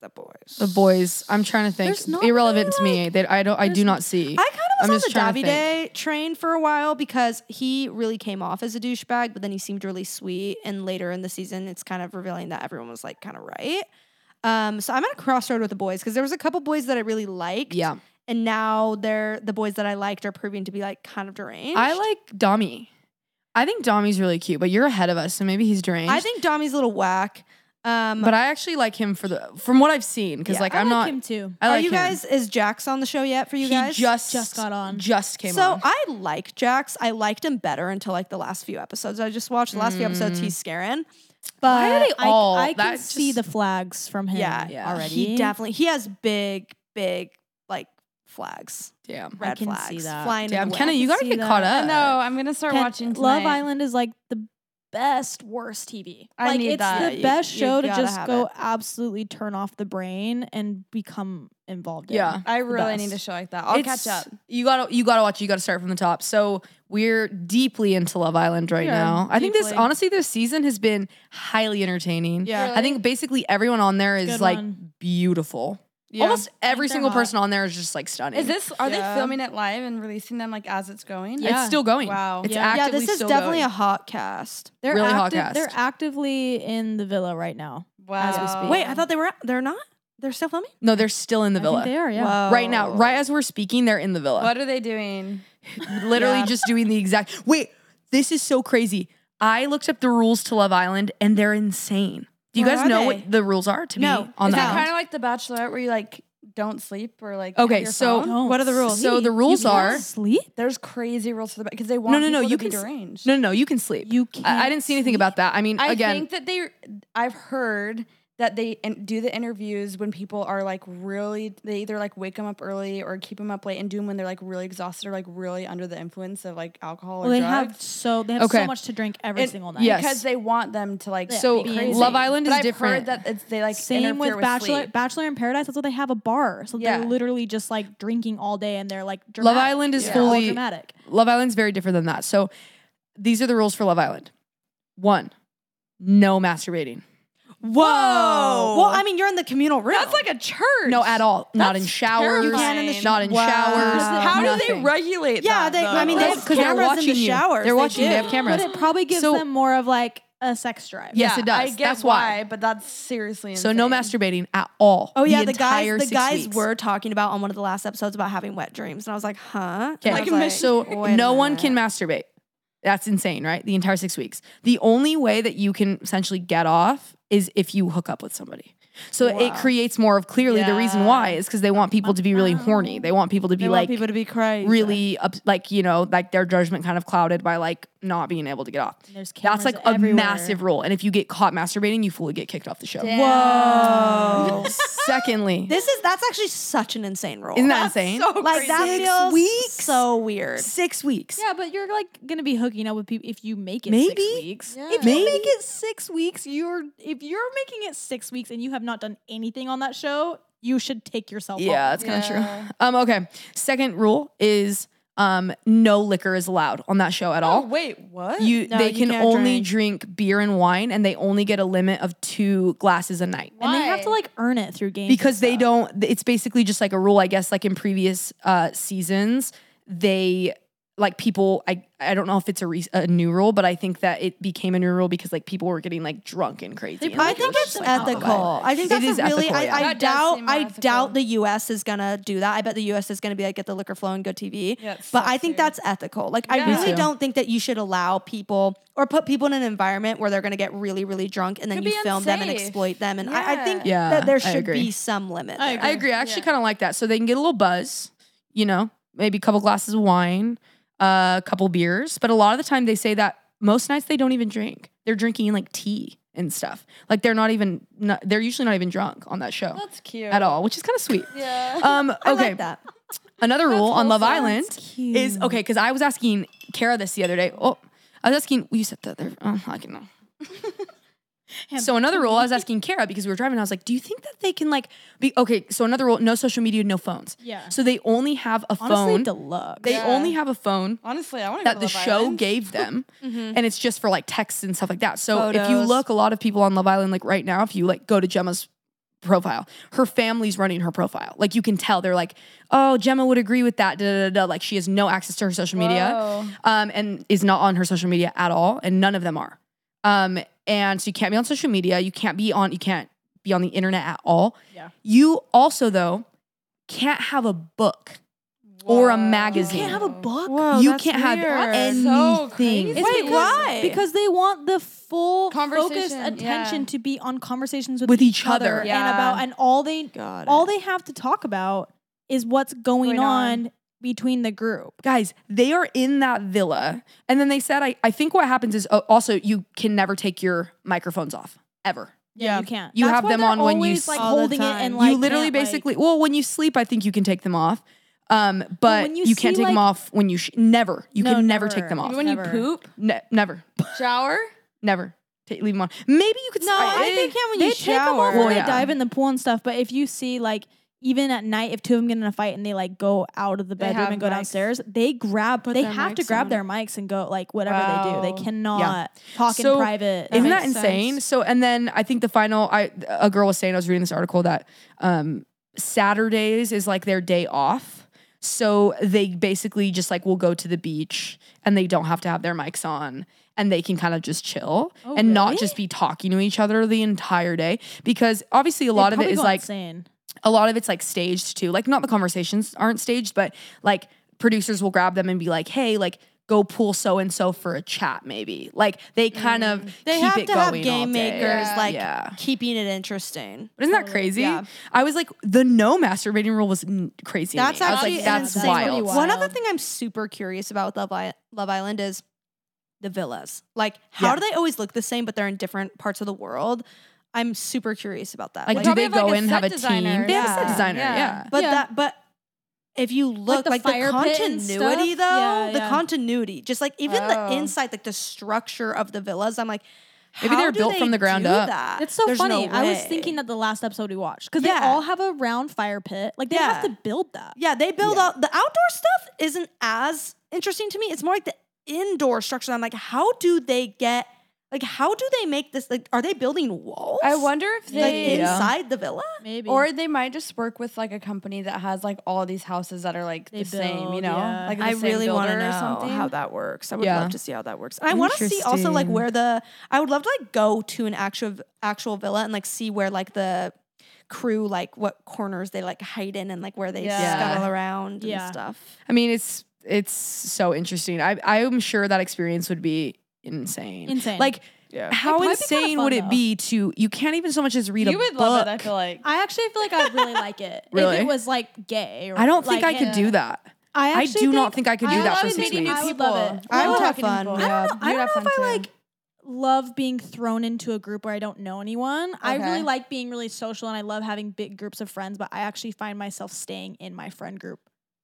Speaker 2: the boys,
Speaker 4: The boys, I'm trying to think.
Speaker 3: There's not
Speaker 4: Irrelevant
Speaker 3: really,
Speaker 4: to me. That I don't. I do not see.
Speaker 2: I kind of
Speaker 4: I'm
Speaker 2: was
Speaker 4: just
Speaker 2: on
Speaker 4: trying
Speaker 2: the
Speaker 4: to
Speaker 2: Davide train for a while because he really came off as a douchebag, but then he seemed really sweet. And later in the season, it's kind of revealing that everyone was like kind of right. Um, so I'm at a crossroad with the boys because there was a couple boys that I really liked.
Speaker 4: yeah,
Speaker 2: and now they're the boys that I liked are proving to be like kind of deranged.
Speaker 4: I like Dommy. I think Dommy's really cute, but you're ahead of us, so maybe he's deranged.
Speaker 2: I think Dommy's a little whack. Um,
Speaker 4: But I actually like him for the from what I've seen because
Speaker 2: Yeah.
Speaker 4: like
Speaker 3: I
Speaker 4: I'm
Speaker 3: like
Speaker 4: not.
Speaker 3: him too.
Speaker 4: I
Speaker 2: are
Speaker 4: like
Speaker 2: you
Speaker 4: him.
Speaker 2: guys? Is Jax on the show yet? For you
Speaker 4: he
Speaker 2: guys,
Speaker 4: just
Speaker 3: just got on.
Speaker 4: Just came
Speaker 2: so
Speaker 4: on.
Speaker 2: I like Jax. I liked him better until like the last few episodes. I just watched the last few episodes. He's scaring, but
Speaker 4: Mm. Why are they
Speaker 3: I,
Speaker 4: all-
Speaker 3: I can
Speaker 4: that
Speaker 3: see
Speaker 4: just-
Speaker 3: the flags from him
Speaker 2: yeah,
Speaker 4: Yeah.
Speaker 3: already.
Speaker 2: He definitely he has big, big like flags,
Speaker 4: Damn.
Speaker 2: red
Speaker 3: can see
Speaker 2: flags
Speaker 3: that.
Speaker 2: flying. in the
Speaker 4: Damn,
Speaker 2: wind.
Speaker 4: Kenna, you gotta
Speaker 3: see
Speaker 4: get
Speaker 3: that.
Speaker 4: caught
Speaker 5: I
Speaker 4: up.
Speaker 5: know. I'm gonna start
Speaker 3: Pen-
Speaker 5: watching.
Speaker 3: Love
Speaker 5: tonight.
Speaker 3: Island is like the best worst TV.
Speaker 5: I
Speaker 3: like
Speaker 5: need
Speaker 3: it's
Speaker 5: that.
Speaker 3: the
Speaker 2: You-
Speaker 3: best
Speaker 2: you
Speaker 3: show to
Speaker 2: gotta
Speaker 3: just
Speaker 2: have
Speaker 3: go
Speaker 2: it.
Speaker 3: absolutely turn off the brain and become involved in.
Speaker 4: Yeah.
Speaker 5: I really need
Speaker 3: best.
Speaker 5: a show like that. I'll
Speaker 4: It's-
Speaker 5: catch up.
Speaker 4: You gotta you gotta watch. You gotta start from the top. So we're deeply into Love Island right
Speaker 5: We are
Speaker 4: now. I think this
Speaker 5: deeply.
Speaker 4: honestly this season has been highly entertaining.
Speaker 2: Yeah.
Speaker 4: I think basically everyone on there is
Speaker 3: Good
Speaker 4: like
Speaker 3: one.
Speaker 4: beautiful.
Speaker 2: Yeah.
Speaker 4: Almost every
Speaker 3: they're
Speaker 4: single
Speaker 3: hot.
Speaker 4: person on there is just like stunning.
Speaker 5: Is this? Are
Speaker 2: Yeah.
Speaker 5: they filming it live and releasing them like as it's going?
Speaker 3: Yeah.
Speaker 4: It's still going.
Speaker 5: Wow.
Speaker 4: It's
Speaker 3: Yeah.
Speaker 2: yeah,
Speaker 4: actively
Speaker 2: this is
Speaker 4: still
Speaker 2: definitely
Speaker 4: going.
Speaker 2: a hot cast.
Speaker 3: They're
Speaker 4: Really hot
Speaker 3: active, They're
Speaker 4: cast.
Speaker 3: actively in the villa right now.
Speaker 5: Wow.
Speaker 3: As we speak.
Speaker 2: Wait, I thought they were they're not. They're still filming
Speaker 4: no. They're still in the
Speaker 3: I
Speaker 4: villa
Speaker 3: think they are. Yeah.
Speaker 4: right now. Right as we're speaking, they're in the villa.
Speaker 5: What are they doing?
Speaker 4: literally
Speaker 5: Yeah.
Speaker 4: just doing the exact wait this is so crazy i looked up the rules to love island and they're insane do you
Speaker 2: What
Speaker 4: guys
Speaker 2: are
Speaker 4: know
Speaker 2: they?
Speaker 4: what the rules are to
Speaker 2: No.
Speaker 4: be on
Speaker 5: Is
Speaker 4: the
Speaker 5: that
Speaker 4: island
Speaker 5: kind of like The Bachelorette where you like don't sleep or like
Speaker 4: Okay,
Speaker 5: have your
Speaker 4: so-
Speaker 5: phone?
Speaker 3: Don't
Speaker 2: What are the rules?
Speaker 4: So the
Speaker 3: sleep.
Speaker 4: rules
Speaker 3: You can't
Speaker 4: are-
Speaker 3: sleep.
Speaker 5: there's crazy rules for the because they want
Speaker 4: no, no,
Speaker 5: people
Speaker 4: you
Speaker 5: to be
Speaker 4: can s-
Speaker 5: deranged.
Speaker 4: no no no you can sleep
Speaker 3: You can't.
Speaker 4: I, I didn't see anything about that i mean
Speaker 5: I
Speaker 4: again
Speaker 5: think that they I've heard that they in, do the interviews when people are like really they either like wake them up early or keep them up late and do them when they're like really exhausted or like really under the influence of like alcohol or
Speaker 3: Well, they have
Speaker 5: drugs.
Speaker 3: so they have
Speaker 4: Okay.
Speaker 3: so much to drink every
Speaker 5: And-
Speaker 3: single night.
Speaker 4: yes.
Speaker 5: because they want them to like
Speaker 4: so
Speaker 5: be crazy.
Speaker 4: love island is
Speaker 5: But I've
Speaker 4: different
Speaker 5: Heard that it's, they like
Speaker 3: Same
Speaker 5: interfere
Speaker 3: with Bachelor
Speaker 5: sleep.
Speaker 3: Bachelor in Paradise. That's what they have a bar. So
Speaker 5: Yeah.
Speaker 3: they're literally just like drinking all day and they're like
Speaker 4: Love
Speaker 3: dramatic.
Speaker 4: Island is
Speaker 3: They're all
Speaker 4: fully-
Speaker 3: dramatic.
Speaker 4: love island's very different than that so these are the rules for love island one no masturbating
Speaker 2: Whoa. Well, I mean, you're in the communal room.
Speaker 5: That's like a church.
Speaker 4: no at all not in
Speaker 5: That's
Speaker 4: showers
Speaker 5: terrifying. You can't in the
Speaker 4: not in
Speaker 2: Wow.
Speaker 4: showers
Speaker 5: How do they
Speaker 4: nothing.
Speaker 5: regulate
Speaker 2: Yeah,
Speaker 5: that?
Speaker 2: they- I
Speaker 5: though?
Speaker 2: mean, they
Speaker 5: Like,
Speaker 2: have
Speaker 4: because they're
Speaker 2: cameras in
Speaker 4: watching
Speaker 2: the
Speaker 4: you.
Speaker 2: showers,
Speaker 4: They're
Speaker 2: they
Speaker 4: watching. They
Speaker 2: do.
Speaker 4: have
Speaker 3: But
Speaker 4: cameras.
Speaker 3: it probably gives
Speaker 4: So-
Speaker 3: them more of like a sex drive.
Speaker 4: Yes, it does.
Speaker 5: I get
Speaker 4: That's why.
Speaker 5: but that's seriously
Speaker 4: So no
Speaker 5: insane.
Speaker 4: masturbating at all.
Speaker 2: Oh yeah, the, guys
Speaker 4: entire
Speaker 2: the
Speaker 4: six
Speaker 2: guys
Speaker 4: weeks.
Speaker 2: were talking about on one of the last episodes about having wet dreams, and I was like, huh?
Speaker 4: Okay.
Speaker 2: And I was
Speaker 5: Like a
Speaker 2: like,
Speaker 4: so
Speaker 2: wait a
Speaker 4: no one can
Speaker 2: minute.
Speaker 4: masturbate. That's insane, right? The entire six weeks. The only way that you can essentially get off is if you hook up with somebody. So it
Speaker 2: Wow.
Speaker 4: creates more of clearly the reason
Speaker 5: Yeah.
Speaker 4: why is because they want people to be really horny. They want people to be
Speaker 2: They want
Speaker 4: like
Speaker 2: people to be crazy.
Speaker 4: really up, like you know like their judgment kind of clouded by like not being able to get off.
Speaker 3: And There's cameras
Speaker 4: That's like a
Speaker 3: everywhere.
Speaker 4: massive rule. And if you get caught masturbating, you fully get kicked off the show.
Speaker 2: Whoa.
Speaker 4: Secondly,
Speaker 2: this is that's actually such an insane rule.
Speaker 4: isn't that insane?
Speaker 5: So
Speaker 2: like
Speaker 5: Oh, crazy.
Speaker 2: that
Speaker 4: Six
Speaker 2: feels
Speaker 4: weeks?
Speaker 2: so weird.
Speaker 4: six weeks.
Speaker 3: Yeah, but you're like gonna be hooking up with people if you make it
Speaker 4: Maybe.
Speaker 3: six weeks.
Speaker 5: Yeah.
Speaker 3: If
Speaker 4: Maybe.
Speaker 3: you make it six weeks, you're if you're making it six weeks and you have not done anything on that show, you should take yourself.
Speaker 4: Yeah,
Speaker 3: off.
Speaker 4: that's kind of
Speaker 5: Yeah.
Speaker 4: true. <laughs> Um, okay. Second rule is um, no liquor is allowed on that show at
Speaker 5: Oh
Speaker 4: all.
Speaker 5: wait, what?
Speaker 4: You
Speaker 2: No,
Speaker 4: they
Speaker 2: you
Speaker 4: can
Speaker 2: can't
Speaker 4: only drink.
Speaker 2: drink.
Speaker 4: beer and wine, and they only get a limit of two glasses a night
Speaker 3: and they have to
Speaker 5: Why?
Speaker 3: like earn it through games and
Speaker 4: because they
Speaker 3: stuff.
Speaker 4: don't. It's basically just like a rule, I guess. Like in previous uh, seasons, they like people. I I don't know if it's a, re- a new rule, but I think that it became a new rule because like people were getting like drunk and crazy. and,
Speaker 2: I
Speaker 4: like, it
Speaker 2: think
Speaker 4: was
Speaker 2: it's
Speaker 4: just, like, not
Speaker 2: ethical.
Speaker 4: allowed.
Speaker 2: I think
Speaker 4: It
Speaker 2: that's
Speaker 4: is
Speaker 2: a really.
Speaker 4: ethical,
Speaker 2: I,
Speaker 4: yeah.
Speaker 2: I
Speaker 5: That does
Speaker 2: doubt.
Speaker 5: seem
Speaker 2: I
Speaker 5: ethical.
Speaker 2: doubt the U.S. is gonna do that. I bet the U.S. is gonna be like get the liquor flow and go TV.
Speaker 5: Yeah, it
Speaker 2: but
Speaker 5: sucks
Speaker 2: I think
Speaker 5: here.
Speaker 2: that's ethical. Like
Speaker 5: Yeah.
Speaker 2: I
Speaker 5: Me
Speaker 2: really
Speaker 4: too.
Speaker 2: don't think that you should allow people or put people in an environment where they're gonna get really really drunk and then
Speaker 5: Could
Speaker 2: you
Speaker 5: be
Speaker 2: film them and
Speaker 5: unsafe.
Speaker 2: exploit them. And I, I think
Speaker 4: Yeah.
Speaker 2: that
Speaker 4: Yeah, I
Speaker 2: there should
Speaker 4: agree.
Speaker 2: be some limit.
Speaker 3: I
Speaker 2: there.
Speaker 4: I agree. I actually
Speaker 5: Yeah.
Speaker 4: kind of like that. So they can get a little buzz, you know, maybe a couple glasses of wine, uh, a couple beers. But a lot of the time they say that most nights they don't even drink. They're drinking like tea and stuff. Like they're not even, not, they're usually not even drunk on that show
Speaker 5: That's cute.
Speaker 4: at all, which is kind of sweet.
Speaker 5: Yeah.
Speaker 2: <laughs>
Speaker 4: Um, okay.
Speaker 2: I like that.
Speaker 4: Another rule on Love
Speaker 5: wholesome.
Speaker 4: Island is okay, because I was asking Kara this the other day. Oh, I was asking, you said the other, oh, I can know. So another rule, I was asking Kara because we were driving. I was like, "Do you think that they can like be okay?" So another rule, no social media, no phones.
Speaker 3: Yeah.
Speaker 4: So they only have a
Speaker 3: honestly
Speaker 4: phone.
Speaker 3: deluxe.
Speaker 4: they
Speaker 5: Yeah.
Speaker 4: only have a phone
Speaker 5: Honestly, I want to
Speaker 4: that the show gave them,
Speaker 5: Mm-hmm.
Speaker 4: and it's just for like texts and stuff like that. So if you
Speaker 2: Photos.
Speaker 4: look, a lot of people on Love Island, like right now, if you like go to Gemma's profile, her family's running her profile. Like you can tell, they're like, "Oh, Gemma would agree with that." Da da da. da. Like she has no access to her social media,
Speaker 5: Whoa.
Speaker 4: um, and is not on her social media at all, and none of them are. Um, and so you can't be on social media. You can't be on. You can't be on the internet at all.
Speaker 3: Yeah.
Speaker 4: You also though can't have a book or a
Speaker 5: Whoa.
Speaker 4: magazine.
Speaker 2: can't have a book.
Speaker 5: Whoa,
Speaker 4: you
Speaker 5: Oh, that's
Speaker 4: can't have
Speaker 5: weird.
Speaker 4: anything.
Speaker 5: So crazy.
Speaker 4: It's
Speaker 5: Wait,
Speaker 3: because,
Speaker 2: why?
Speaker 3: Because they want the full focused
Speaker 5: Eh. Conversation,
Speaker 3: attention
Speaker 5: yeah.
Speaker 3: to be on conversations with,
Speaker 4: With each other,
Speaker 3: and
Speaker 5: yeah.
Speaker 3: about and all they
Speaker 2: God.
Speaker 3: all they have to talk about is what's going,
Speaker 5: Going
Speaker 3: on,
Speaker 5: on.
Speaker 3: between the group.
Speaker 4: guys they are in that villa and then they said i, I think what happens is oh, also you can never take your microphones off ever
Speaker 3: Yeah, you can't.
Speaker 4: You
Speaker 3: That's
Speaker 4: have
Speaker 3: why
Speaker 4: them
Speaker 3: they're
Speaker 4: on when you
Speaker 3: always,
Speaker 4: s-
Speaker 3: like
Speaker 2: All the
Speaker 3: holding it
Speaker 2: time.
Speaker 3: and like
Speaker 4: you literally
Speaker 3: can't, like-
Speaker 4: basically well when you sleep i think you can take them off um, but
Speaker 3: when you
Speaker 4: you, can't
Speaker 3: see,
Speaker 4: take them
Speaker 3: like-
Speaker 4: off when you sh- never you
Speaker 3: No,
Speaker 4: can never,
Speaker 3: never.
Speaker 4: take them off
Speaker 5: When
Speaker 3: Never.
Speaker 5: you poop,
Speaker 4: ne- never <laughs>
Speaker 5: shower.
Speaker 4: never Ta- leave them on maybe you could
Speaker 2: No, I
Speaker 4: eh,
Speaker 2: think yeah, when
Speaker 3: they
Speaker 2: you
Speaker 3: take them off
Speaker 2: shower.
Speaker 3: when
Speaker 4: Well,
Speaker 3: they
Speaker 4: yeah.
Speaker 3: dive in the pool and stuff. But if you see like even at night, if two of them get in a fight and they like go out of the
Speaker 5: They
Speaker 3: bedroom
Speaker 5: have
Speaker 3: and go
Speaker 5: mics.
Speaker 3: downstairs, they grab. they
Speaker 5: their
Speaker 3: have to
Speaker 5: mics
Speaker 3: grab
Speaker 5: on.
Speaker 3: their mics and go like whatever they do. They
Speaker 5: Wow.
Speaker 3: cannot talk in
Speaker 4: So,
Speaker 3: private.
Speaker 4: Isn't that
Speaker 5: makes
Speaker 4: insane?
Speaker 5: sense.
Speaker 4: So, and then I think the final, I a girl was saying I was reading this article that um, Saturdays is like their day off. So they basically just like will go to the beach and they don't have to have their mics on and they can kind of just chill
Speaker 5: Oh,
Speaker 4: and not just be talking to each other the entire day because obviously a lot of it is like
Speaker 3: insane.
Speaker 4: a lot of it's like staged too. Like not the conversations aren't staged, but like producers will grab them and be like, "Hey, like go pull so and so for a chat maybe." Like they kind of
Speaker 2: Mm. They
Speaker 4: keep
Speaker 2: have to
Speaker 4: it going
Speaker 2: have
Speaker 4: all
Speaker 2: game
Speaker 4: day.
Speaker 2: makers
Speaker 5: Yeah.
Speaker 2: like
Speaker 4: Yeah.
Speaker 2: keeping it interesting.
Speaker 4: But isn't that crazy?
Speaker 2: yeah.
Speaker 4: I was like, the no masturbating rule was n- crazy. to
Speaker 2: That's
Speaker 4: me. I was
Speaker 2: actually
Speaker 4: like,
Speaker 2: an
Speaker 4: that's
Speaker 2: insane
Speaker 4: wild.
Speaker 3: pretty
Speaker 2: One
Speaker 3: wild.
Speaker 2: other thing I'm super curious about with Love, I- Love Island is the villas. Like, how
Speaker 4: Yeah.
Speaker 2: do they always look the same, but they're in different parts of the world? I'm super curious about that.
Speaker 4: Like,
Speaker 5: Like,
Speaker 4: do
Speaker 5: probably
Speaker 4: they
Speaker 5: have, like,
Speaker 4: go
Speaker 5: a
Speaker 4: in have a
Speaker 5: set designer.
Speaker 4: team? They have a set
Speaker 5: Yeah.
Speaker 4: designer. Yeah.
Speaker 5: Yeah.
Speaker 2: but
Speaker 3: Yeah.
Speaker 2: that, but if you look
Speaker 3: the
Speaker 2: like the,
Speaker 3: fire pit and stuff?
Speaker 2: continuity, though,
Speaker 3: Yeah,
Speaker 2: the
Speaker 3: yeah.
Speaker 2: continuity, just like even the
Speaker 5: Oh.
Speaker 2: inside, like the structure of the villas, I'm like,
Speaker 4: Maybe
Speaker 2: how
Speaker 4: they're
Speaker 2: do
Speaker 4: built
Speaker 2: they
Speaker 4: from the ground
Speaker 2: do
Speaker 4: up.
Speaker 2: That?
Speaker 3: It's so
Speaker 2: There's
Speaker 3: funny.
Speaker 2: no
Speaker 3: I was
Speaker 2: way.
Speaker 3: thinking that the last episode we watched because they
Speaker 2: Yeah.
Speaker 3: all have a round fire pit. Like they have
Speaker 2: Yeah.
Speaker 3: to build that.
Speaker 2: Yeah, they build out the outdoor stuff isn't as interesting to me. It's more like the indoor structure. I'm like, how do they get like how do they make this like are they building walls?
Speaker 5: I wonder if
Speaker 2: like
Speaker 5: they
Speaker 4: Yeah.
Speaker 2: inside the villa?
Speaker 3: Maybe
Speaker 5: or they might just work with like a company that has like all these houses that are like
Speaker 3: They
Speaker 5: the same, you
Speaker 3: build,
Speaker 5: know?
Speaker 3: yeah.
Speaker 5: Like the
Speaker 2: I
Speaker 5: same
Speaker 2: really want to
Speaker 5: builder
Speaker 2: know
Speaker 5: or something.
Speaker 2: how that works. I would
Speaker 4: Yeah.
Speaker 2: love to see how that works. And I want to see also like
Speaker 4: Interesting.
Speaker 2: where the I would love to like go to an actual actual villa and like see where like the crew like what corners they like hide in and like where they
Speaker 5: Yeah.
Speaker 2: scuttle around
Speaker 3: Yeah.
Speaker 2: and stuff.
Speaker 4: I mean, it's it's so interesting. I I am sure that experience would be insane.
Speaker 3: Insane.
Speaker 4: Like,
Speaker 2: Yeah.
Speaker 3: It
Speaker 4: how
Speaker 3: might be kinda
Speaker 4: insane
Speaker 3: fun,
Speaker 4: would it
Speaker 3: though.
Speaker 4: be to? You can't even so much as read a
Speaker 5: you would
Speaker 4: book.
Speaker 5: love it, I feel like.
Speaker 3: I actually feel like I'd really like it
Speaker 4: Really?
Speaker 3: if it was like gay. Or,
Speaker 4: I don't think
Speaker 3: like,
Speaker 4: I could
Speaker 3: yeah.
Speaker 4: do that.
Speaker 3: I,
Speaker 4: I
Speaker 3: actually
Speaker 4: do not think I could
Speaker 3: I
Speaker 4: do that
Speaker 3: love
Speaker 4: for six
Speaker 3: meeting new
Speaker 4: weeks.
Speaker 3: people. I would love it.
Speaker 2: I
Speaker 5: Love
Speaker 2: would have
Speaker 5: talking to
Speaker 2: fun.
Speaker 5: people.
Speaker 2: I
Speaker 5: Yeah,
Speaker 3: don't know. I
Speaker 5: you'd
Speaker 3: don't
Speaker 5: have
Speaker 3: know if
Speaker 5: fun
Speaker 3: I
Speaker 5: too.
Speaker 3: like love being thrown into a group where I don't know anyone. I really
Speaker 5: Okay.
Speaker 3: like being really social and I love having big groups of friends, but I actually find myself staying in my friend group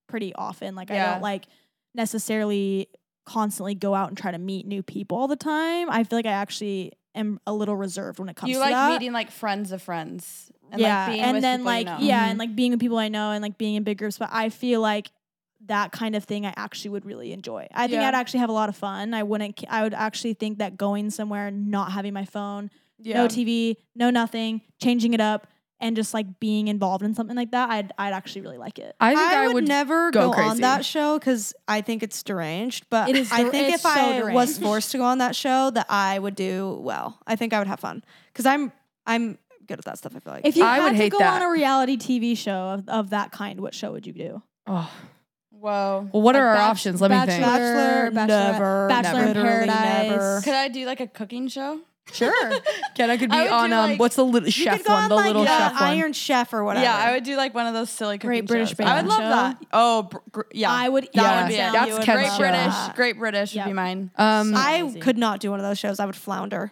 Speaker 3: pretty often. Like I
Speaker 5: Yeah.
Speaker 3: don't like necessarily constantly go out and try to meet new people all the time. I feel like I actually am a little reserved when it comes
Speaker 5: you
Speaker 3: to
Speaker 5: like
Speaker 3: that.
Speaker 5: meeting like friends of friends. And
Speaker 3: yeah,
Speaker 5: like being
Speaker 3: and
Speaker 5: with
Speaker 3: then
Speaker 5: people you
Speaker 3: like
Speaker 5: know.
Speaker 3: yeah,
Speaker 4: Mhm.
Speaker 3: and like being with people I know and like being in big groups. But I feel like that kind of thing I actually would really enjoy. I think
Speaker 5: Yeah.
Speaker 3: I'd actually have a lot of fun. I wouldn't. I would actually think that going somewhere, not having my phone,
Speaker 5: yeah.
Speaker 3: no TV, no nothing, changing it up, and just like being involved in something like that, I'd I'd actually really like it.
Speaker 4: I
Speaker 2: I,
Speaker 4: think I,
Speaker 2: would, never
Speaker 4: go
Speaker 2: go,
Speaker 4: crazy.
Speaker 2: on that show because I think it's deranged. But
Speaker 3: It is
Speaker 2: I
Speaker 3: der-
Speaker 2: think
Speaker 3: it's
Speaker 2: if
Speaker 3: so
Speaker 2: I was
Speaker 3: deranged.
Speaker 2: forced to go on that show, that I would do well. I think I would have fun because I'm I'm good at that stuff. I feel like
Speaker 3: If you
Speaker 4: I
Speaker 3: had
Speaker 4: would
Speaker 3: to
Speaker 4: hate
Speaker 3: go
Speaker 4: that.
Speaker 3: on a reality TV show of, of that kind, what show would you do?
Speaker 4: Oh.
Speaker 5: Whoa.
Speaker 4: Well, what are our
Speaker 3: Bach-
Speaker 4: options? Let me
Speaker 3: Bachelor,
Speaker 4: think.
Speaker 2: Bachelor,
Speaker 3: Bachelorette,
Speaker 2: never,
Speaker 3: Bachelor in
Speaker 2: literally
Speaker 3: Paradise.
Speaker 2: never.
Speaker 5: Could I do like a cooking show?
Speaker 4: Sure.
Speaker 3: <laughs>
Speaker 4: Ken, I could be
Speaker 5: I would
Speaker 4: on
Speaker 5: do,
Speaker 4: um,
Speaker 5: like-
Speaker 4: what's the little
Speaker 2: you
Speaker 4: chef
Speaker 2: could go
Speaker 4: one,
Speaker 2: on
Speaker 4: the
Speaker 2: like
Speaker 3: uh,
Speaker 4: little
Speaker 2: the
Speaker 4: chef one.
Speaker 2: Iron Chef or whatever.
Speaker 5: Yeah, I would do like one of those silly cooking
Speaker 3: Great British
Speaker 5: shows. I would
Speaker 3: Baking
Speaker 5: love
Speaker 3: Show.
Speaker 5: that. Oh, br- gr- yeah.
Speaker 3: I would.
Speaker 5: that
Speaker 4: Yeah.
Speaker 5: would be
Speaker 3: yeah,
Speaker 5: it.
Speaker 4: That's
Speaker 5: You would-
Speaker 4: Ken's
Speaker 5: Great
Speaker 4: show.
Speaker 5: British. Great British
Speaker 3: Yep.
Speaker 5: would be mine.
Speaker 4: um,
Speaker 2: I
Speaker 3: Easy.
Speaker 2: could not do one of those shows. I would flounder.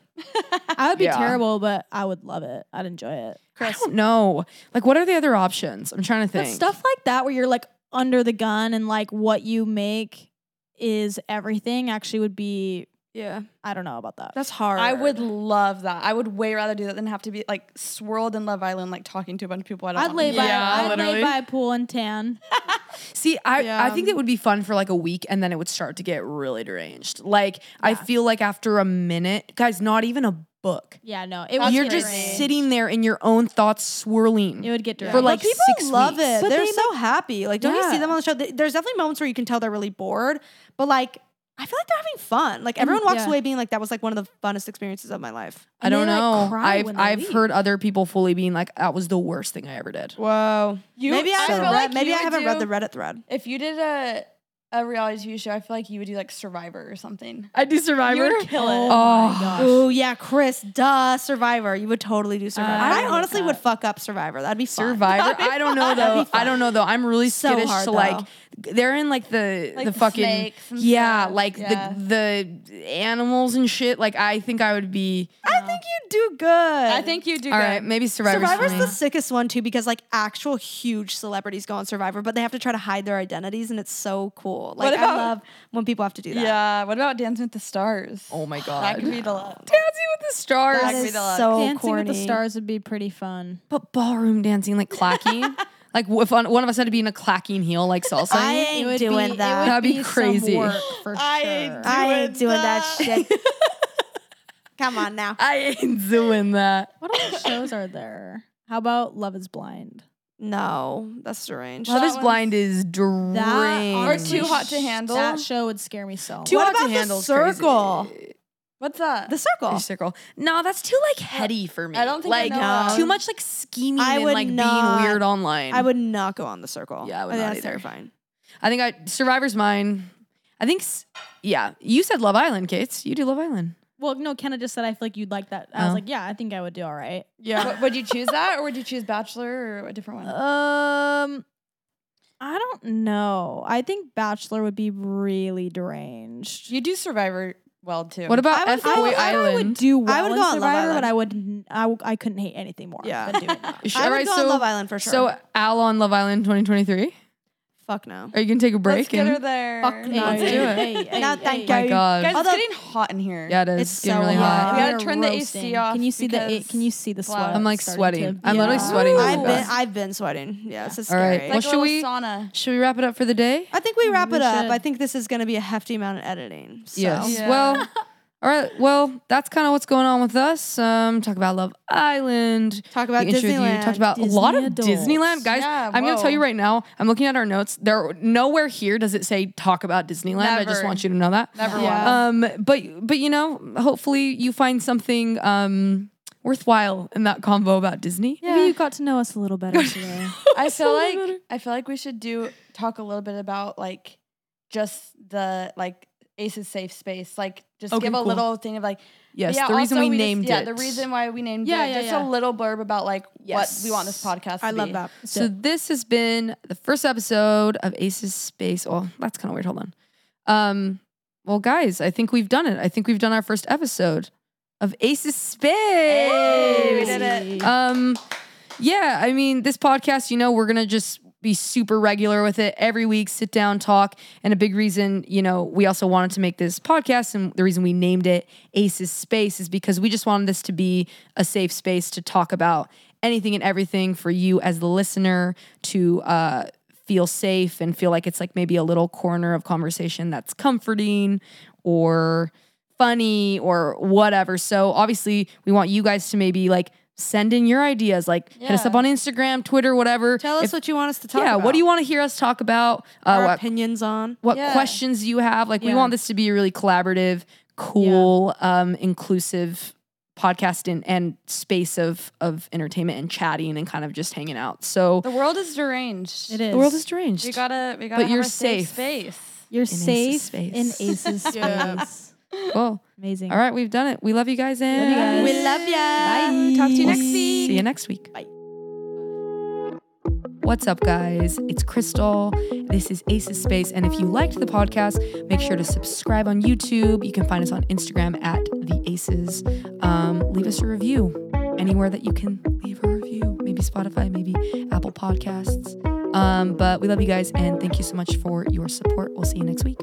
Speaker 3: I would be
Speaker 4: Yeah.
Speaker 3: terrible, but I would love it. I'd enjoy it.
Speaker 4: I don't know. Like, what are the other options? I'm trying to
Speaker 3: But
Speaker 4: think.
Speaker 3: stuff like that where you're like under the gun and like what you make is everything actually would be
Speaker 2: Yeah,
Speaker 3: I don't know about that.
Speaker 2: that's hard.
Speaker 5: I would love that. I would way rather do that than have to be like swirled in Love Island, like talking to a bunch of people I don't
Speaker 3: I'd
Speaker 5: wanna
Speaker 3: lay
Speaker 5: be
Speaker 3: by
Speaker 4: Yeah,
Speaker 3: I'd lay
Speaker 4: literally.
Speaker 3: by a pool and tan.
Speaker 4: See, I, I
Speaker 2: Yeah.
Speaker 4: think it would be fun for like a week and then it would start to get really deranged. Like, I feel like after a minute, guys, not even a book.
Speaker 3: Yeah, no. It would
Speaker 5: That's
Speaker 4: You're
Speaker 3: get
Speaker 4: just
Speaker 3: deranged.
Speaker 4: sitting there in your own thoughts swirling.
Speaker 3: It would get
Speaker 5: Yeah.
Speaker 3: deranged.
Speaker 4: for like
Speaker 2: people
Speaker 4: six
Speaker 2: love
Speaker 4: weeks.
Speaker 2: it.
Speaker 3: But
Speaker 2: they're
Speaker 3: they
Speaker 2: so happy. Like, don't you
Speaker 4: Yeah.
Speaker 2: see them on the show? They- There's definitely moments where you can tell they're really bored, but like I feel like they're having fun. Like everyone walks
Speaker 4: yeah.
Speaker 2: away being like, that was like one of the funnest experiences of my life.
Speaker 4: I don't
Speaker 3: they, like,
Speaker 4: know.
Speaker 3: cry
Speaker 4: I've
Speaker 3: when they
Speaker 4: I've
Speaker 3: leave.
Speaker 4: heard other people fully being like, that was the worst thing I ever did.
Speaker 2: Whoa.
Speaker 5: You,
Speaker 2: maybe I,
Speaker 5: I
Speaker 2: haven't
Speaker 5: feel
Speaker 2: read,
Speaker 5: like
Speaker 2: maybe
Speaker 5: you
Speaker 2: I
Speaker 5: would
Speaker 2: haven't read the
Speaker 5: do-
Speaker 2: Reddit thread.
Speaker 5: If you did a a reality TV show, I feel like you would do like Survivor or something.
Speaker 4: I do
Speaker 5: You
Speaker 4: Survivor.
Speaker 5: would kill it.
Speaker 4: Oh,
Speaker 2: Oh yeah, Chris, duh, Survivor. You would totally do Survivor.
Speaker 3: I
Speaker 2: I,
Speaker 3: would
Speaker 2: honestly
Speaker 3: not.
Speaker 2: would fuck up Survivor. That'd be fun.
Speaker 4: Survivor. I don't know
Speaker 2: That'd be
Speaker 4: though. I don't know though. I'm really
Speaker 2: So
Speaker 4: skittish
Speaker 2: hard,
Speaker 4: to like.
Speaker 2: though.
Speaker 4: They're in like the
Speaker 5: Like
Speaker 4: the
Speaker 5: the
Speaker 4: fucking
Speaker 5: snakes and
Speaker 4: yeah,
Speaker 5: stuff,
Speaker 4: like
Speaker 5: yeah.
Speaker 4: the the animals and shit. Like I think I would be
Speaker 2: I think you do good. I
Speaker 5: I think you do.
Speaker 4: all
Speaker 5: good.
Speaker 4: right. Maybe Survivor's,
Speaker 2: Survivor's
Speaker 4: for me.
Speaker 2: the sickest one too because like actual huge celebrities go on Survivor, but they have to try to hide their identities, and it's so cool. Like I
Speaker 5: about-
Speaker 2: love when people have to do that.
Speaker 5: Yeah. What about Dancing with the Stars?
Speaker 4: oh my god.
Speaker 5: that could be the
Speaker 4: <laughs>
Speaker 5: lot.
Speaker 4: Dancing with the Stars.
Speaker 2: that
Speaker 5: Like
Speaker 2: is
Speaker 5: we love.
Speaker 2: so
Speaker 3: Dancing
Speaker 2: corny.
Speaker 3: with the Stars would be pretty fun.
Speaker 4: but ballroom dancing like clacking. like if one, one of us had to be in a clacking heel like salsa.
Speaker 2: I ain't doing that.
Speaker 4: That'd be crazy.
Speaker 3: <laughs> for
Speaker 5: I do-
Speaker 3: sure.
Speaker 2: I ain't doing
Speaker 5: doing
Speaker 2: that
Speaker 5: that.
Speaker 2: shit. Come on now.
Speaker 4: I ain't doing that.
Speaker 3: what other shows are there? How about Love Is Blind?
Speaker 2: No, that's strange.
Speaker 4: Love
Speaker 5: that
Speaker 4: is
Speaker 5: one's-
Speaker 4: Blind is drained.
Speaker 5: Or
Speaker 3: honestly,
Speaker 5: too hot to handle.
Speaker 3: That show would scare me so. much.
Speaker 4: Too
Speaker 2: What
Speaker 4: hot to
Speaker 2: about the
Speaker 4: handle is
Speaker 2: circle?
Speaker 4: crazy.
Speaker 5: What's that?
Speaker 2: The circle.
Speaker 4: Your circle. No, that's too like heady for me.
Speaker 5: I don't think I
Speaker 4: like
Speaker 5: know that.
Speaker 4: too much like scheming
Speaker 2: I
Speaker 4: and
Speaker 2: would
Speaker 4: like
Speaker 2: not-
Speaker 4: being weird online.
Speaker 2: I would not go on the circle.
Speaker 4: Yeah, I would
Speaker 2: think
Speaker 4: not
Speaker 2: that's
Speaker 4: either.
Speaker 2: terrifying.
Speaker 4: I think I Survivor's mine. I think. s- Yeah, you said Love Island, Kates. You do Love Island.
Speaker 3: Well, no, Kenna just said I feel like you'd like that.
Speaker 4: Oh.
Speaker 3: I was like, yeah, I think I would do all right.
Speaker 5: Would- would you choose that, or would you choose Bachelor or a different one?
Speaker 3: Um, I don't know. I think Bachelor would be really deranged.
Speaker 5: you do Survivor well too.
Speaker 4: What about
Speaker 2: I would-
Speaker 4: F Boy
Speaker 2: I
Speaker 4: Island?
Speaker 3: I would do well
Speaker 2: I would
Speaker 3: in
Speaker 2: go on Love
Speaker 3: Survivor, but
Speaker 2: Island.
Speaker 3: I would n- I, w- I couldn't hate anything more
Speaker 2: Yeah.
Speaker 3: than <laughs> doing that.
Speaker 4: Sh-
Speaker 2: I would
Speaker 4: alright,
Speaker 2: go on
Speaker 4: so-
Speaker 2: Love Island for sure.
Speaker 4: So Al on Love Island 2023.
Speaker 2: fuck no.
Speaker 4: Are you gonna take a break?
Speaker 5: Let's get her
Speaker 4: and-
Speaker 5: there.
Speaker 2: Fuck no.
Speaker 4: let's do it.
Speaker 2: No, thank
Speaker 4: my
Speaker 2: you.
Speaker 4: God.
Speaker 5: Guys,
Speaker 2: Although-
Speaker 5: it's getting hot in here.
Speaker 4: yeah, it is.
Speaker 2: It's
Speaker 4: It's getting
Speaker 2: so
Speaker 4: really
Speaker 2: hot.
Speaker 4: hot.
Speaker 5: We gotta
Speaker 3: We're
Speaker 5: turn the AC
Speaker 3: roasting.
Speaker 5: off
Speaker 3: Can you see the
Speaker 5: because-
Speaker 3: can you see the
Speaker 5: Wow.
Speaker 3: sweat?
Speaker 4: I'm, like,
Speaker 3: starting to
Speaker 4: sweating. I'm literally
Speaker 3: build up?
Speaker 4: sweating.
Speaker 2: I've
Speaker 4: Ooh.
Speaker 2: been I've been sweating. Yeah, this is
Speaker 4: All
Speaker 2: scary.
Speaker 4: right. Well,
Speaker 5: Like a
Speaker 4: should
Speaker 5: little
Speaker 4: we-
Speaker 5: sauna.
Speaker 4: Should we wrap it up for the day?
Speaker 2: I think Mm, we wrap
Speaker 3: We
Speaker 2: it up.
Speaker 3: should.
Speaker 2: I think this is going to be a hefty amount of editing. So.
Speaker 4: Yes.
Speaker 5: Yeah. <laughs>
Speaker 4: Well, all right. Well, that's kind of what's going on with us. Um, talk about Love Island.
Speaker 2: Talk about
Speaker 4: the issue with You.
Speaker 2: Disneyland.
Speaker 4: Talked about a lot of
Speaker 3: Disney adults.
Speaker 4: Disneyland, guys.
Speaker 5: Yeah,
Speaker 4: I'm gonna
Speaker 5: whoa.
Speaker 4: tell you right now. I'm looking at our notes. There, nowhere here does it say talk about Disneyland. I just
Speaker 5: Never.
Speaker 4: want you to know that.
Speaker 5: Never
Speaker 2: Yeah.
Speaker 5: one.
Speaker 4: Um, but but you know, hopefully you find something um worthwhile in that convo about Disney.
Speaker 3: Maybe you got to know us a little <laughs> better today.
Speaker 5: I
Speaker 4: <laughs>
Speaker 5: feel like I feel like we should do talk a little bit about like just the like Ace's safe space. Like just
Speaker 4: Okay,
Speaker 5: give a
Speaker 4: cool.
Speaker 5: little thing of like
Speaker 4: Yes,
Speaker 5: yeah,
Speaker 4: the reason
Speaker 5: also
Speaker 4: we,
Speaker 5: just-
Speaker 4: named
Speaker 5: yeah,
Speaker 4: it.
Speaker 5: the reason why we named
Speaker 3: Yeah,
Speaker 5: it.
Speaker 3: yeah,
Speaker 5: just a
Speaker 3: yeah.
Speaker 5: little blurb about like
Speaker 4: Yes.
Speaker 5: what we want this podcast.
Speaker 2: I
Speaker 5: to
Speaker 2: love
Speaker 5: be.
Speaker 2: that.
Speaker 4: So this has been the first episode of Aces Space. Oh, that's kind of weird. Hold on. Um, well, guys, I think we've done it. I think we've done our first episode of Aces Space.
Speaker 5: Hey, we did
Speaker 3: Hey.
Speaker 5: it.
Speaker 4: Um, yeah, I mean, this podcast, you know, we're gonna just be super regular with it every week, sit down, talk. And a big reason, you know, we also wanted to make this podcast and the reason we named it Aces Space is because we just wanted this to be a safe space to talk about anything and everything for you as the listener to uh feel safe and feel like it's like maybe a little corner of conversation that's comforting or funny or whatever. So obviously, we want you guys to maybe like send in your ideas, like hit us
Speaker 5: Yeah.
Speaker 4: up on Instagram, Twitter, whatever.
Speaker 2: Tell us
Speaker 4: If-
Speaker 2: what you want us to talk
Speaker 4: yeah,
Speaker 2: about.
Speaker 4: what do you want to hear us talk about? Uh,
Speaker 2: Our
Speaker 4: what
Speaker 2: opinions on?
Speaker 4: what
Speaker 5: Yeah.
Speaker 4: questions you have? Like, we
Speaker 3: Yeah.
Speaker 4: want this to be a really collaborative, cool, um, inclusive podcast and, and space of of entertainment and chatting and kind of just hanging out. So
Speaker 5: The world is deranged.
Speaker 3: it is.
Speaker 4: the world is deranged.
Speaker 5: We gotta we gotta
Speaker 4: But
Speaker 5: have
Speaker 4: you're
Speaker 5: a safe
Speaker 4: safe.
Speaker 5: space.
Speaker 3: You're
Speaker 4: Ace's
Speaker 3: safe
Speaker 4: space.
Speaker 3: in <laughs> Ace's
Speaker 5: Yeah.
Speaker 3: space.
Speaker 4: cool.
Speaker 3: Amazing.
Speaker 4: All right, we've done it. We love you guys and
Speaker 3: guys.
Speaker 2: We love ya.
Speaker 5: Bye. Talk to you next week.
Speaker 4: See you next week.
Speaker 2: Bye.
Speaker 4: What's up, guys? It's Crystal. This is Aces Space. And if you liked the podcast, make sure to subscribe on YouTube. You can find us on Instagram at The Aces. Um, leave us a review anywhere that you can leave a review. Maybe Spotify, maybe Apple Podcasts. Um, but we love you guys and thank you so much for your support. We'll see you next week.